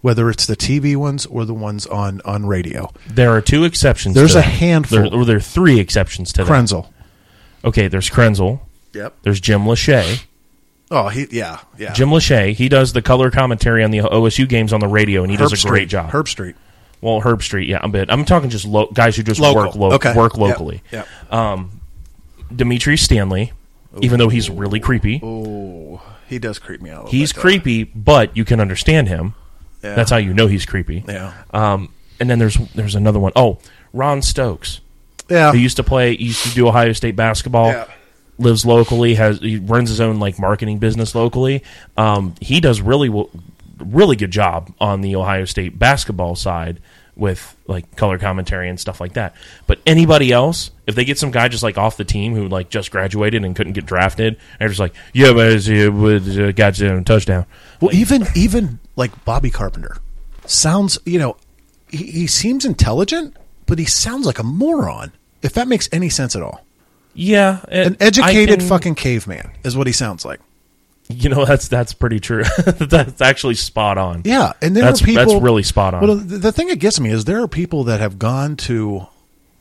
S2: whether it's the TV ones or the ones on, on radio.
S1: there are two exceptions.
S2: There's
S1: to
S2: a
S1: that.
S2: handful.
S1: There, or there are three exceptions to that.
S2: Krenzel.
S1: Okay, there's Krenzel.
S2: Yep.
S1: There's Jim Lachey.
S2: Oh, he, yeah, yeah.
S1: Jim Lachey. He does the color commentary on the OSU games on the radio, and he does a
S2: Street.
S1: great job.
S2: Herb Street.
S1: Well, Herb Street, yeah, a bit. I'm talking just lo- guys who just
S2: Local.
S1: work lo-
S2: Okay.
S1: work
S2: Yep.
S1: locally.
S2: Yep.
S1: Dimitri Stanley, even though he's really creepy,
S2: Oh, he does creep me out. a little
S1: he's
S2: bit, though.
S1: creepy, but you can understand him.
S2: uh, Yeah.
S1: That's how you know he's creepy.
S2: Yeah.
S1: Um, and then there's there's another one. Oh, Ron Stokes,
S2: Yeah.
S1: who used to play, used to do Ohio State basketball.
S2: Uh-huh. Yeah.
S1: Lives locally, has he runs his own like marketing business locally. Um, he does really w- really good job on the Ohio State basketball side with like color commentary and stuff like that. But anybody else, if they get some guy just like off the team who like just graduated and couldn't get drafted, they're just like, yeah, but it's, uh, with uh, got you a touchdown.
S2: Well, even even like Bobby Carpenter sounds, you know, he, he seems intelligent, but he sounds like a moron. If that makes any sense at all,
S1: Yeah,
S2: an educated
S1: fucking.
S2: fucking caveman is what he sounds like.
S1: You know that's that's pretty true. [LAUGHS] that's actually spot on.
S2: Yeah, and there
S1: that's
S2: are people
S1: that's really spot on.
S2: Well, the, the thing that gets me is there are people that have gone to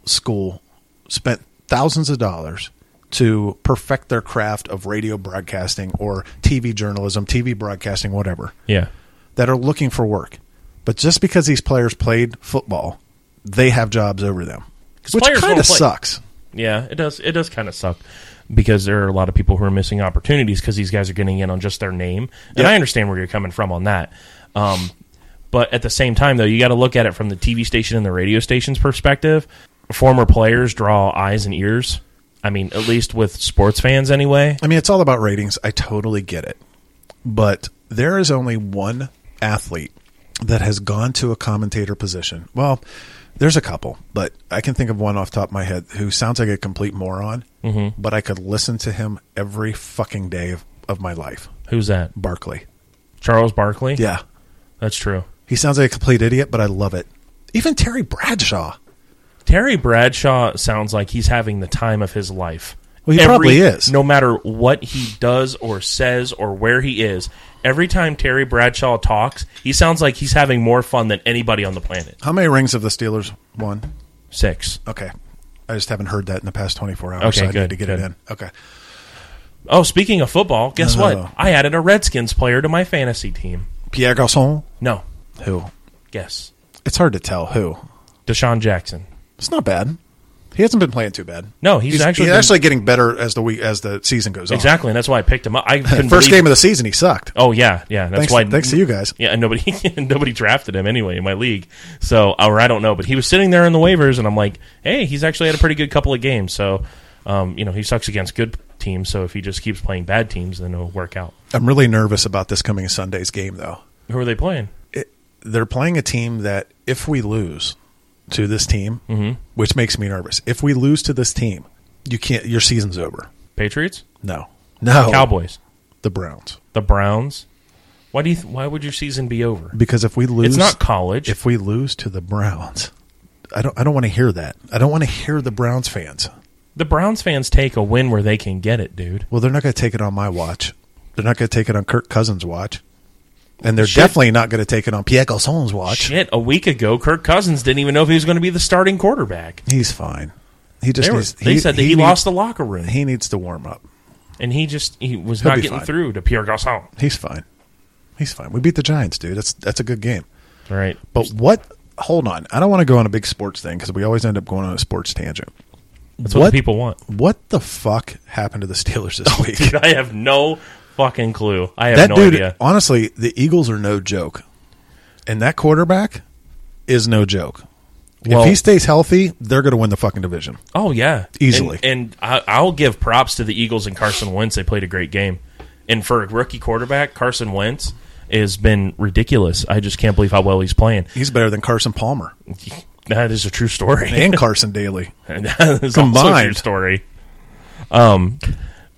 S2: school, spent thousands of dollars to perfect their craft of radio broadcasting or TV journalism, TV broadcasting, whatever.
S1: yeah,
S2: that are looking for work. But just because these players played football, they have jobs over them,
S1: 'Cause
S2: which
S1: players
S2: kind of
S1: won't play.
S2: sucks.
S1: yeah. It does it does kind of suck because there are a lot of people who are missing opportunities because these guys are getting in on just their name. And
S2: Yep.
S1: I understand where you're coming from on that. Um, but at the same time, though, you got to look at it from the TV station and the radio station's perspective. former players draw eyes and ears. I mean, at least with sports fans anyway.
S2: I mean, it's all about ratings. I totally get it. But there is only one athlete that has gone to a commentator position. Well, there's a couple, but I can think of one off the top of my head who sounds like a complete moron,
S1: Mm-hmm.
S2: but I could listen to him every fucking day of, of my life.
S1: Who's that?
S2: Barkley.
S1: Charles Barkley?
S2: Yeah.
S1: That's true.
S2: He sounds like a complete idiot, but I love it. Even Terry Bradshaw.
S1: Terry Bradshaw sounds like he's having the time of his life.
S2: Well, he probably is.
S1: No matter what he does or says or where he is, every time Terry Bradshaw talks, he sounds like he's having more fun than anybody on the planet.
S2: How many rings have the Steelers won?
S1: Six.
S2: Okay. I just haven't heard that in the past 24 hours.
S1: Okay,
S2: so I
S1: good,
S2: need to get
S1: good.
S2: it in. Okay.
S1: Oh, speaking of football, guess
S2: No.
S1: what? I added a Redskins player to my fantasy team.
S2: Pierre Garcon.
S1: No,
S2: Who?
S1: guess
S2: It's hard to tell who.
S1: Deshaun Jackson.
S2: It's not bad. He hasn't been playing too bad.
S1: No, he's actually
S2: he's
S1: been-
S2: actually getting better as the week as the season goes on.
S1: Exactly, and that's why I picked him up. I
S2: The
S1: couldn't
S2: first
S1: believe-
S2: game of the season, he sucked.
S1: Oh yeah, yeah. That's
S2: Thanks-
S1: why.
S2: thanks to you guys.
S1: Yeah, and nobody [LAUGHS] nobody drafted him anyway in my league. So or I don't know, but he was sitting there in the waivers, and I'm like, hey, he's actually had a pretty good couple of games. So, um, you know, he sucks against good teams. So if he just keeps playing bad teams, then it'll work out.
S2: I'm really nervous about this coming Sunday's game, though.
S1: Who are they playing?
S2: It, they're playing a team that, if we lose to this team,
S1: Mm-hmm.
S2: which makes me nervous. If we lose to this team, you can't. Your season's over.
S1: Patriots,
S2: No, no.
S1: Cowboys,
S2: The Browns.
S1: the Browns. Why do you? Th- why would your season be over?
S2: Because if we lose,
S1: It's not college.
S2: If we lose to the Browns, I don't. I don't want to hear that. I don't want to hear the Browns fans.
S1: the Browns fans take a win where they can get it, dude.
S2: Well, they're not going to take it on my watch. They're not going to take it on Kirk Cousins' watch. And they're
S1: Shit.
S2: definitely not going to take it on Pierre Garcon's watch.
S1: Shit, a week ago, Kirk Cousins didn't even know if he was going to be the starting quarterback.
S2: He's fine. He just
S1: They, were,
S2: needs,
S1: they said that he,
S2: needs-
S1: lost the locker room.
S2: He needs to warm up.
S1: and he just he was
S2: He'll
S1: not
S2: be
S1: getting
S2: fine.
S1: through to Pierre Garçon.
S2: He's fine. He's fine. We beat the Giants, dude. That's that's a good game.
S1: All right,
S2: But what? Hold on. I don't want to go on a big sports thing because we always end up going on a sports tangent.
S1: that's what, the people want. [LAUGHS]
S2: What the fuck happened to the Steelers this week?
S1: Oh, Dude, I have no fucking clue. I have
S2: that
S1: no
S2: dude,
S1: idea.
S2: honestly, the Eagles are no joke, and that quarterback is no joke.
S1: Well-
S2: if he stays healthy, they're going to win the fucking division.
S1: Oh yeah,
S2: Easily.
S1: And, and I, I'll give props to the Eagles and Carson Wentz. They played a great game, and for a rookie quarterback, Carson Wentz has been ridiculous. I just can't believe how well he's playing.
S2: He's better than Carson Palmer
S1: That is a true story. [LAUGHS]
S2: and Carson Daly.
S1: that is also a true
S2: Combined.
S1: story. Um,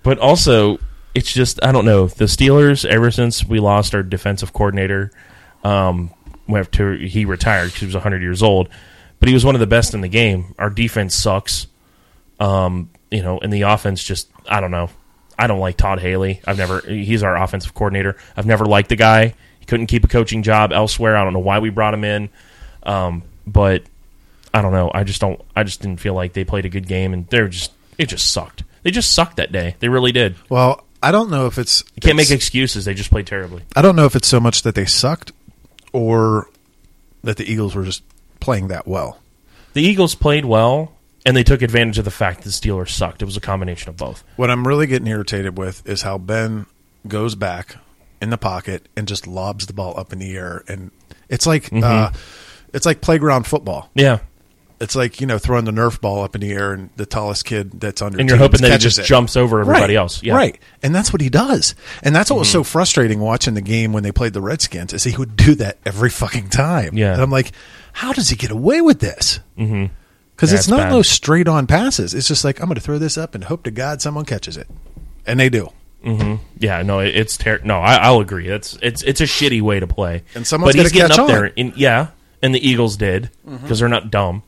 S1: but also it's just I don't know the Steelers. Ever since we lost our defensive coordinator, um, we have to he retired because he was 100 years old, but he was one of the best in the game. Our defense sucks. Um, you know, and the offense just I don't know. I don't like Todd Haley. I've never he's our offensive coordinator. I've never liked the guy. He couldn't keep a coaching job elsewhere. I don't know why we brought him in. Um, but I don't know. I just don't I just didn't feel like they played a good game and they're just it just sucked. They just sucked that day. They really did.
S2: Well, I don't know if it's
S1: You can't make
S2: it's-
S1: excuses. They just play terribly.
S2: I don't know if it's so much that they sucked or that the Eagles were just playing that well.
S1: The Eagles played well, and they took advantage of the fact that the Steelers sucked. It was a combination of both.
S2: What I'm really getting irritated with is how Ben goes back in the pocket and just lobs the ball up in the air, and it's like
S1: Mm-hmm.
S2: uh, it's like playground football.
S1: Yeah,
S2: It's like you know throwing the Nerf ball up in the air, and the tallest kid that's under
S1: and you're
S2: 10
S1: hoping that he
S2: catches
S1: just
S2: it.
S1: jumps over everybody
S2: right.
S1: else. Yeah. Mm-hmm.
S2: Right, and that's what he does, and that's what was so frustrating watching the game when they played the Redskins is he would do that every fucking time.
S1: Yeah.
S2: and I'm like, how does he get away with this? Because
S1: Yeah,
S2: it's
S1: it's
S2: not
S1: bad.
S2: those straight on passes. It's just like I'm going to throw this up and hope to God someone catches it, and they do.
S1: Yeah, no, it- it's ter- no. I, I'll agree. That's it's it's a shitty way to play.
S2: And someone's
S1: but he's
S2: gotta
S1: getting
S2: catch
S1: up
S2: on. Mm-hmm.
S1: there. And, yeah, and the Eagles did because they're not dumb.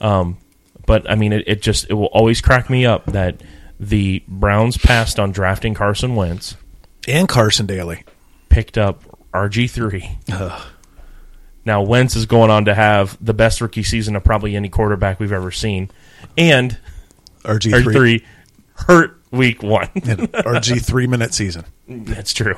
S1: Um, but I mean, it, it just it will always crack me up that the Browns passed on drafting Carson Wentz,
S2: and Carson Daly.
S1: picked up RG three. Now Wentz is going on to have the best rookie season of probably any quarterback we've ever seen, and
S2: RG
S1: RG
S2: [LAUGHS] three,
S1: three hurt week one. [LAUGHS]
S2: RG three minute season.
S1: That's true.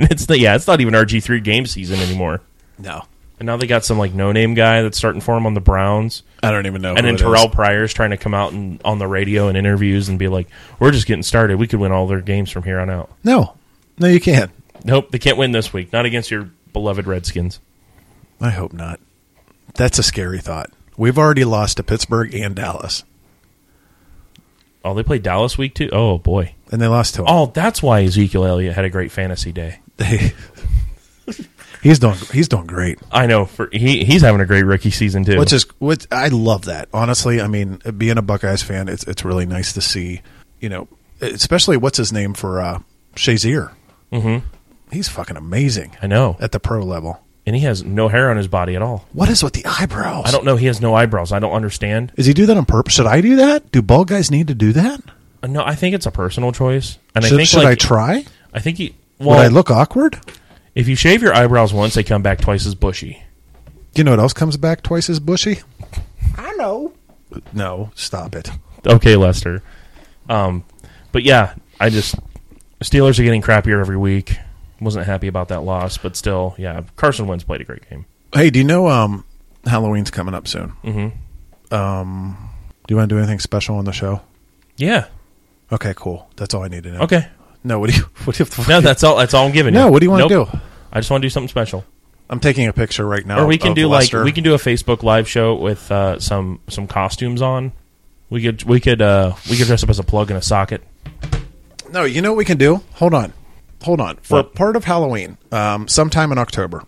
S1: It's the, yeah, it's not even RG three game season anymore.
S2: No,
S1: And now they got some like no name guy that's starting for him on the Browns.
S2: I don't even know.
S1: And
S2: who
S1: then
S2: it is.
S1: Terrell Pryor's trying to come out and on the radio and interviews and be like, We're just getting started. We could win all their games from here on out.
S2: No, no, you can't.
S1: Nope, they can't win this week. Not against your beloved Redskins.
S2: I hope not. That's a scary thought. We've already lost to Pittsburgh and Dallas,
S1: Oh, they played Dallas week two. Oh boy.
S2: and they lost to him.
S1: Oh, that's why Ezekiel Elliott had a great fantasy day.
S2: [LAUGHS] They, he's doing he's doing great.
S1: I know. For he he's having a great rookie season too.
S2: Which is what I love that. Honestly, I mean, being a Buckeyes fan, it's it's really nice to see, you know, especially what's his name for uh Shazier. Mm-hmm. He's fucking amazing
S1: I know.
S2: at the pro level.
S1: And he has no hair on his body at all.
S2: What is with the eyebrows?
S1: I don't know. He has no eyebrows. I don't understand.
S2: Is he do that on purpose? Should I do that? Do bald guys need to do that?
S1: Uh, No, I think it's a personal choice. And I
S2: Should,
S1: think
S2: should
S1: like,
S2: I try?
S1: I think you.
S2: Would
S1: Well,
S2: I look awkward?
S1: if you shave your eyebrows once, they come back twice as bushy.
S2: You know what else comes back twice as bushy?
S3: I know.
S2: No, stop it.
S1: Okay, Lester. Um, but yeah, I just Steelers are getting crappier every week. Wasn't happy about that loss, but still, yeah. Carson Wentz played a great game.
S2: Hey, do you know um Halloween's coming up soon? Mm-hmm. Um, do you want to do anything special on the show?
S1: Yeah.
S2: Okay, cool. That's all I need to know.
S1: Okay.
S2: No, what do you? [LAUGHS] What do you? What
S1: No, that's all. That's all I'm giving you.
S2: No, what do you wanna
S1: Nope.
S2: do?
S1: I just want to do something special.
S2: I'm taking a picture right now.
S1: or we can
S2: of
S1: do
S2: Lester.
S1: like we can do a Facebook live show with uh, some some costumes on. We could we could uh, we could dress up as a plug in a socket.
S2: No, you know what we can do? Hold on, hold on. For
S1: What?
S2: part of Halloween, um, sometime in October,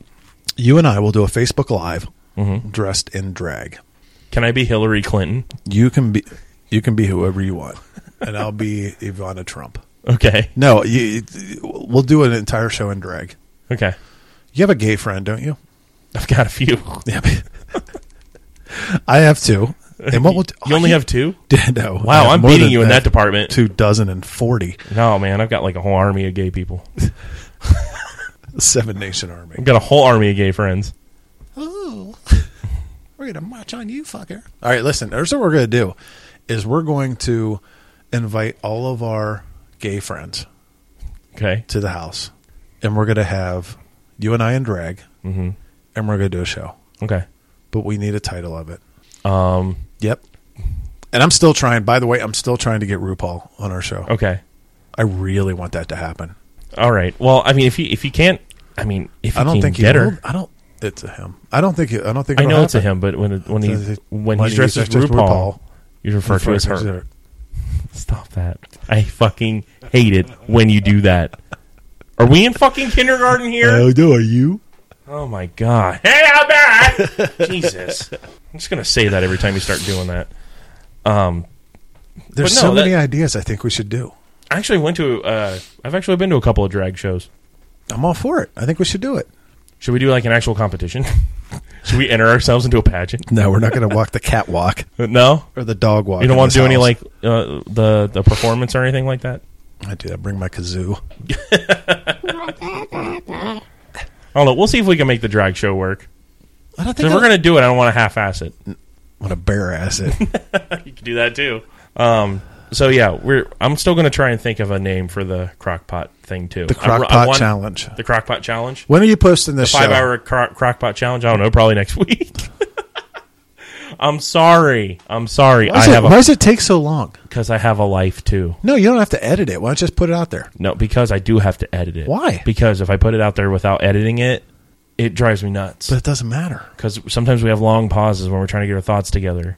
S2: you and I will do a Facebook Live
S1: Mm-hmm.
S2: dressed in drag.
S1: Can I be Hillary Clinton?
S2: You can be, you can be whoever you want, and I'll be [LAUGHS] Ivana Trump.
S1: Okay.
S2: No, you, we'll do an entire show in drag.
S1: Okay.
S2: You have a gay friend, don't you?
S1: I've got a few.
S2: Yeah. [LAUGHS] I have two. And what will
S1: You only have
S2: [LAUGHS]
S1: two?
S2: no. I
S1: Wow,
S2: have
S1: I'm
S2: more
S1: beating
S2: than
S1: you in that
S2: I have
S1: department.
S2: Two dozen and forty.
S1: No, man, I've got like a whole army of gay people.
S2: Seven Nation Army.
S1: I've got a whole army of gay friends.
S2: Ooh. we're gonna march on you, fucker. All right, listen. Here's what we're gonna do: is we're going to invite all of our gay friends
S1: Okay.
S2: to the house, and we're gonna have you and I in drag, mm-hmm. and we're gonna do a show.
S1: Okay.
S2: But we need a title of it.
S1: Um.
S2: Yep. And I'm still trying. By the way, I'm still trying to get RuPaul on our show.
S1: Okay.
S2: I really want that to happen.
S1: All right. Well, I mean, if you if you can't, I mean, if you
S2: I don't
S1: can
S2: think
S1: get
S2: he
S1: her,
S2: will. I don't. It's a him. I don't think. He, I don't think.
S1: I
S2: it'll
S1: know it's a
S2: happen.
S1: him, but when it- when he
S2: So,
S1: when
S2: when
S1: he's dressed as RuPaul, you refer to as
S2: Refer to
S1: her. Stop that! I fucking hate it when you do that. Are we in fucking kindergarten here?
S2: I know. Are you?
S1: Oh my god! Hey, I'm back. Jesus! I'm just gonna say that every time you start doing that.
S2: There's
S1: But no,
S2: so
S1: that-
S2: many ideas I think we should do.
S1: I actually went to. Uh, I've actually been to a couple of drag shows.
S2: I'm all for it. I think we should do it.
S1: Should we do like an actual competition? [LAUGHS] Should we enter ourselves into a pageant?
S2: No, we're not going to walk the catwalk
S1: No,
S2: or the dog walk.
S1: you don't
S2: in
S1: want to
S2: this
S1: do any like
S2: house.
S1: uh, the the performance or anything like that.
S2: I do. I bring my kazoo.
S1: I don't know. We'll see if we can make the drag show work.
S2: I don't
S1: So
S2: think
S1: if we're gonna do it, I don't want to half-ass it.
S2: want to bare
S1: [LAUGHS]
S2: ass it.
S1: You can do that too. Um. So yeah, we're. I'm still gonna try and think of a name for the crockpot thing too.
S2: The
S1: I- I
S2: crockpot
S1: want-
S2: challenge.
S1: The crockpot challenge.
S2: When are you posting this show?
S1: Five-hour cro- crockpot challenge. I don't know. Probably next [LAUGHS] week. I'm sorry. I'm sorry.
S2: Why, does
S1: I
S2: it,
S1: have
S2: why
S1: a
S2: does it take so long?
S1: because I have a life too.
S2: No, you don't have to edit it. Why don't you just put it out there?
S1: No, because I do have to edit it.
S2: Why?
S1: Because if I put it out there without editing it, it drives me nuts.
S2: But it doesn't matter.
S1: Because sometimes we have long pauses when we're trying to get our thoughts
S2: [SIGHS]
S1: together.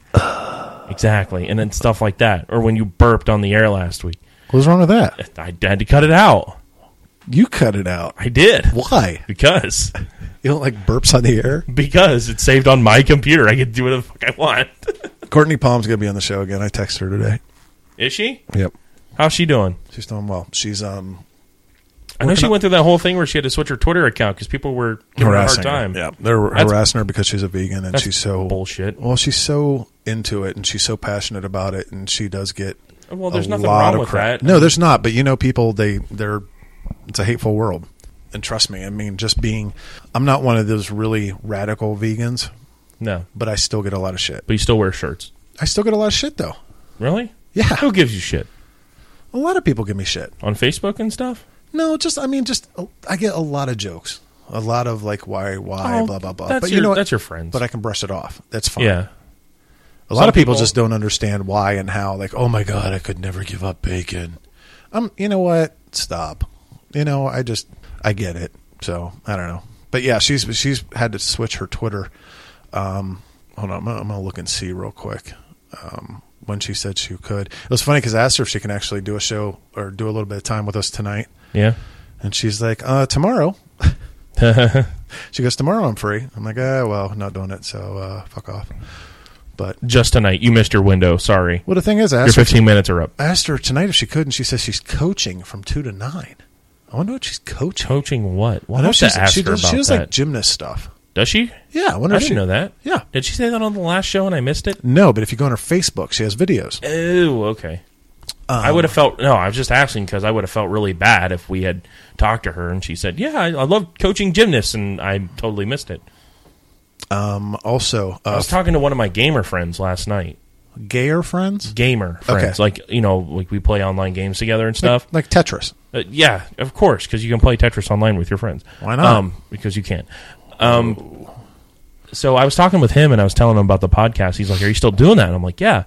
S1: exactly, and then stuff like that, or when you burped on the air last week,
S2: What's wrong
S1: [LAUGHS]
S2: with that?
S1: I had to cut it out.
S2: You cut it out.
S1: I did
S2: Why?
S1: because
S2: You don't like burps on the air?
S1: because it's saved on my computer. I can do whatever the fuck I want. [LAUGHS]
S2: Courtney Palm's going to be on the show again. I texted her today.
S1: Is she?
S2: Yep.
S1: How's she doing?
S2: She's doing well. She's um
S1: I know she
S2: on-
S1: went through that whole thing where she had to switch her Twitter account because people were giving her a hard
S2: harassing
S1: time.
S2: her. Yeah, they're
S1: That's-
S2: harassing her because she's a vegan and
S1: That's
S2: she's so
S1: bullshit.
S2: Well, she's so into it and she's so passionate about it, and she does get.
S1: Well, there's
S2: a
S1: nothing
S2: lot
S1: wrong
S2: of
S1: with
S2: crap.
S1: that.
S2: No, there's not. But you know, people they they're it's a hateful world, and trust me, I mean, just being I'm not one of those really radical vegans,
S1: No,
S2: but I still get a lot of shit.
S1: but you still wear shirts.
S2: I still get a lot of shit though.
S1: Really?
S2: Yeah.
S1: Who gives you shit
S2: A lot of people give me shit.
S1: on Facebook and stuff?
S2: No, just I mean, just oh, I get a lot of jokes, a lot of like why why
S1: Oh,
S2: blah blah blah.
S1: that's
S2: but
S1: your,
S2: you know what?
S1: that's your friends.
S2: But I can brush it off. That's fine.
S1: yeah.
S2: A lot
S1: Some
S2: of people,
S1: people-
S2: just don't understand why and how. Like, oh my god, I could never give up bacon. Um, you know what? Stop. You know, I just I get it. So I don't know. But yeah, she's she's had to switch her Twitter um, hold on. I'm gonna, I'm gonna look and see real quick. Um, when she said she could, it was funny because I asked her if she can actually do a show or do a little bit of time with us tonight,
S1: Yeah.
S2: and she's like, uh, "Tomorrow." she goes, "Tomorrow I'm free." I'm like, "Ah, well, not doing it, so uh, fuck off." But
S1: [LAUGHS] Just tonight. You missed your window. Sorry.
S2: well, the thing is, I
S1: Your
S2: asked her
S1: 15 minutes are up.
S2: I asked her tonight if she could, and she says she's coaching from two to nine. I wonder what she's coaching.
S1: Coaching what? Well,
S2: I
S1: I
S2: know
S1: have to
S2: she's,
S1: ask
S2: she
S1: her
S2: does,
S1: about
S2: she does
S1: that.
S2: like gymnast stuff.
S1: does she?
S2: Yeah, I wonder.
S1: I
S2: if
S1: didn't
S2: she,
S1: know that.
S2: Yeah.
S1: Did she say that on the last show and I missed it?
S2: No, but if you go on her Facebook, she has videos.
S1: Oh, okay. I
S2: Um,
S1: would have felt no. I was just asking because I would have felt really bad if we had talked to her and she said, "Yeah, I, I love coaching gymnasts," and I totally missed it.
S2: Um, also,
S1: I
S2: uh,
S1: was talking to one of my gamer friends last night.
S2: gayer friends,
S1: Gamer friends, like you know, like we play online games together and stuff.
S2: like Tetris.
S1: Uh, yeah, of course, because you can play Tetris online with your friends.
S2: Why not?
S1: Um, because you can. Um, so I was talking with him and I was telling him about the podcast. He's like, "Are you still doing that?" And I'm like, "Yeah."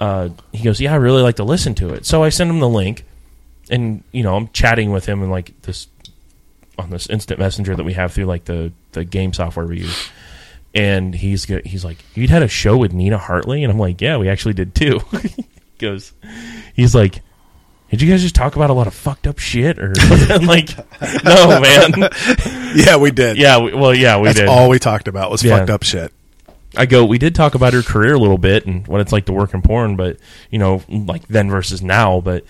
S1: Uh, he goes, "Yeah, I really like to listen to it." So I send him the link, and you know, I'm chatting with him and like this on this instant messenger that we have through like the the game software we use. And he's go- he's like, "You'd had a show with Nina Hartley," and I'm like, "Yeah, we actually did too." [LAUGHS] he goes, he's like. Did you guys just talk about a lot of fucked up shit
S2: [LAUGHS]
S1: or I'm like no man
S2: Yeah, we did.
S1: yeah we, well yeah we
S2: that's
S1: did
S2: all we talked about was
S1: Yeah.
S2: fucked up shit.
S1: I go we did talk about her career a little bit and what it's like to work in porn but you know like then versus now but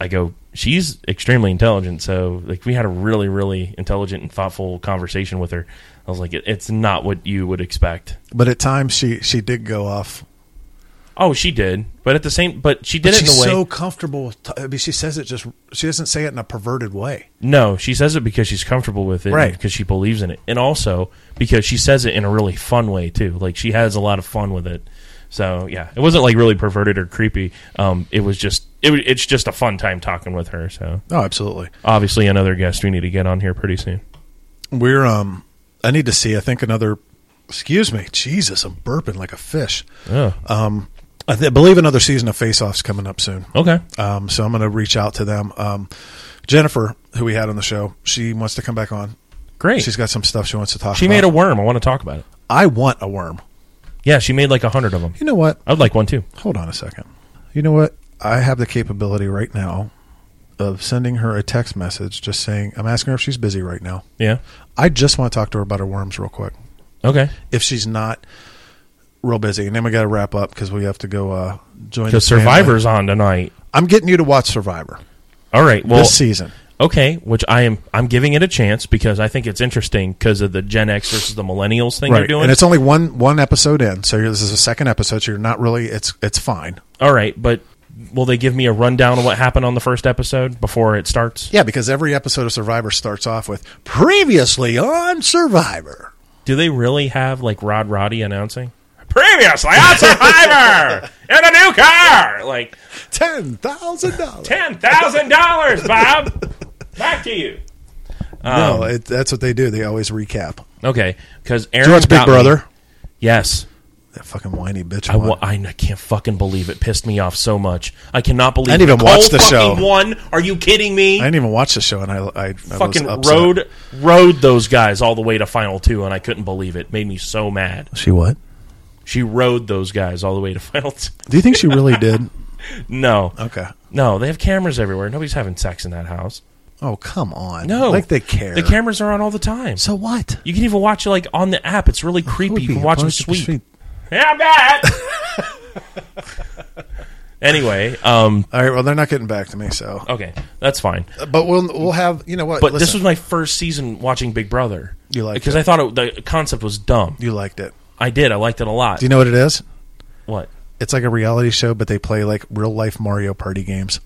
S1: I go she's extremely intelligent so like we had a really really intelligent and thoughtful conversation with her I was like it, it's not what you would expect
S2: But at times, she she did go off.
S1: oh she did but at the same but she did
S2: But
S1: it in
S2: she's
S1: a way
S2: so comfortable. With t- I mean, she says it just. She doesn't say it in a perverted way.
S1: No, she says it because she's comfortable with it, and
S2: Right.
S1: Because she believes in it, and also because she says it in a really fun way too. Like she has a lot of fun with it. So yeah, it wasn't like really perverted or creepy. Um, it was just it, wa- it's just a fun time talking with her. So
S2: Oh, absolutely.
S1: obviously another guest we need to get on here pretty soon.
S2: We're um. I need to see. I think another. Excuse me, Jesus! I'm burping like a fish.
S1: Oh,
S2: Um, I th- believe another season of Face Off's coming up soon.
S1: okay.
S2: Um, so I'm going to reach out to them. Um, Jennifer, who we had on the show, she wants to come back on.
S1: Great.
S2: She's uh, got some stuff she wants to talk.
S1: she
S2: about.
S1: made a worm. I want to talk about it.
S2: I want a worm.
S1: Yeah, she made like a hundred of them.
S2: You know what?
S1: I'd like one too.
S2: Hold on a second. You know what? I have the capability right now of sending her a text message just saying I'm asking her if she's busy right now.
S1: Yeah.
S2: I just want to talk to her about her worms real quick.
S1: Okay.
S2: If she's not real busy, and then we got to wrap up because we have to go uh, join the
S1: Because
S2: family.
S1: Survivor's on tonight.
S2: I'm getting you to watch Survivor
S1: All right. Well,
S2: this season.
S1: Okay, which I am I'm giving it a chance because I think it's interesting because of the Gen X versus the Millennials thing you're doing.
S2: And it's only one one episode in, so you're, this is the second episode. So you're not really. It's it's fine.
S1: All right, but will they give me a rundown of what happened on the first episode before it starts?
S2: Yeah, because every episode of Survivor starts off with previously on Survivor.
S1: Do they really have like Rod Roddy announcing? Previously on [LAUGHS] Survivor in a new car, like
S2: Ten thousand
S1: [LAUGHS]
S2: dollars.
S1: ten thousand dollars, Bob. Back to you.
S2: No, it, that's what they do. They always recap.
S1: Okay, because Aaron
S2: Um, Do you watch Big
S1: got me-
S2: Brother?
S1: Yes,
S2: That fucking whiny bitch.
S1: I,
S2: one.
S1: wa- I I can't fucking believe it. Pissed me off so much. I cannot believe.
S2: didn't even
S1: Nicole
S2: watch the show.
S1: fucking Won? Are you kidding me?
S2: I didn't even watch the show, and I I, I
S1: fucking
S2: was upset.
S1: rode rode those guys all the way to final two, and I couldn't believe it. Made me so mad.
S2: She what?
S1: She rode those guys all the way to [LAUGHS] final two.
S2: Do you think she [LAUGHS] really did?
S1: No,
S2: Okay.
S1: no, they have cameras everywhere. Nobody's having sex in that house.
S2: Oh come on.
S1: No,
S2: like they care.
S1: The cameras are on all the time.
S2: So what?
S1: you can even watch it like on the app. It's really creepy. You can watch them sweep. Yeah, I bet. anyway, um,
S2: All right. Well, they're not getting back to me, so.
S1: okay, that's fine.
S2: But we'll we'll have you know what.
S1: Uh, But this
S2: Uh, listen,
S1: was my first season watching Big Brother.
S2: You liked
S1: because
S2: it.
S1: I thought it, the concept was dumb.
S2: you liked it.
S1: I did. I liked it a lot.
S2: Do you know what it is?
S1: what?
S2: It's like a reality show, but they play like real life Mario Party games.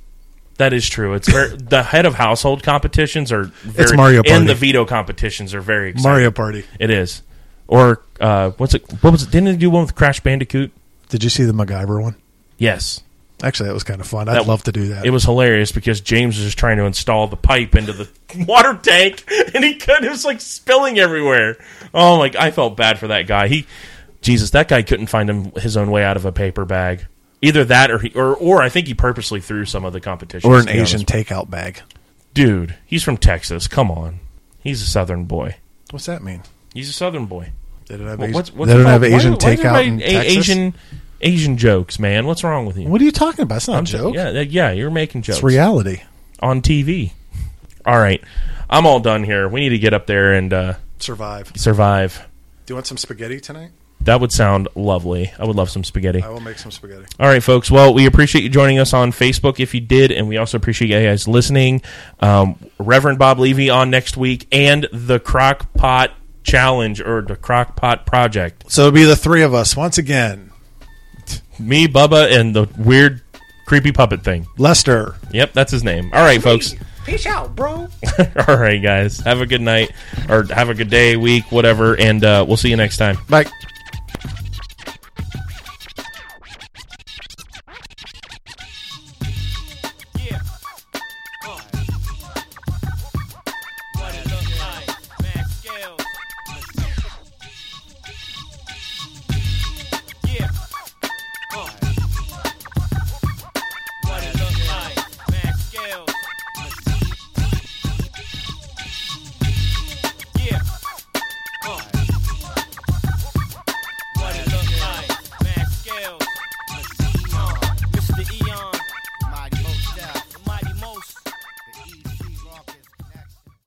S1: That is true. It's
S2: [LAUGHS]
S1: very, the head of household competitions are very,
S2: It's Mario Party.
S1: and the veto competitions are very exciting.
S2: Mario Party.
S1: It is, or uh, what's it? What was it? Didn't they do one with Crash Bandicoot?
S2: Did you see the MacGyver one?
S1: Yes,
S2: Actually, that was kind of fun. I'd
S1: That-
S2: love to do that.
S1: it was hilarious because James was just trying to install the pipe into the [LAUGHS] water tank, and he could. It was like spilling everywhere. Oh my! I felt bad for that guy. He, Jesus, that guy couldn't find him his own way out of a paper bag. Either that, or he, or or I think he purposely threw some of the competition,
S2: or an Asian takeout bag.
S1: dude. He's from Texas. Come on, he's a Southern boy.
S2: What's that mean?
S1: He's a Southern boy.
S2: They don't have
S1: What-
S2: Asian.
S1: What's, what's
S4: They don't
S1: about-
S4: have
S1: why-
S4: Asian
S1: why is
S4: takeout
S1: everybody
S4: in
S1: a-
S4: Texas?
S1: Asian Asian jokes, man. What's wrong with you?
S4: What are you talking about? It's not a
S1: I'm j-
S4: joke.
S1: Yeah, that- yeah, you're making jokes
S4: It's reality.
S1: on TV. All right, I'm all done here. We need to get up there and uh,
S2: survive.
S1: survive.
S2: Do you want some spaghetti tonight?
S1: That would sound lovely. I would love some spaghetti.
S2: I will make some spaghetti.
S1: All right, folks. Well, we appreciate you joining us on Facebook if you did, and we also appreciate you guys listening. Um, Reverend Bob Levy on next week, and the Crock Pot Challenge or the Crock Pot Project.
S2: So it'll be the three of us once again.
S1: Me, Bubba, and the weird, creepy puppet thing.
S2: Lester.
S1: Yep, that's his name. All right,
S3: [LAUGHS]
S1: folks.
S3: Peace out, bro.
S1: All right, guys. Have a good night or have a good day, week, whatever, and uh, we'll see you next time.
S2: Bye.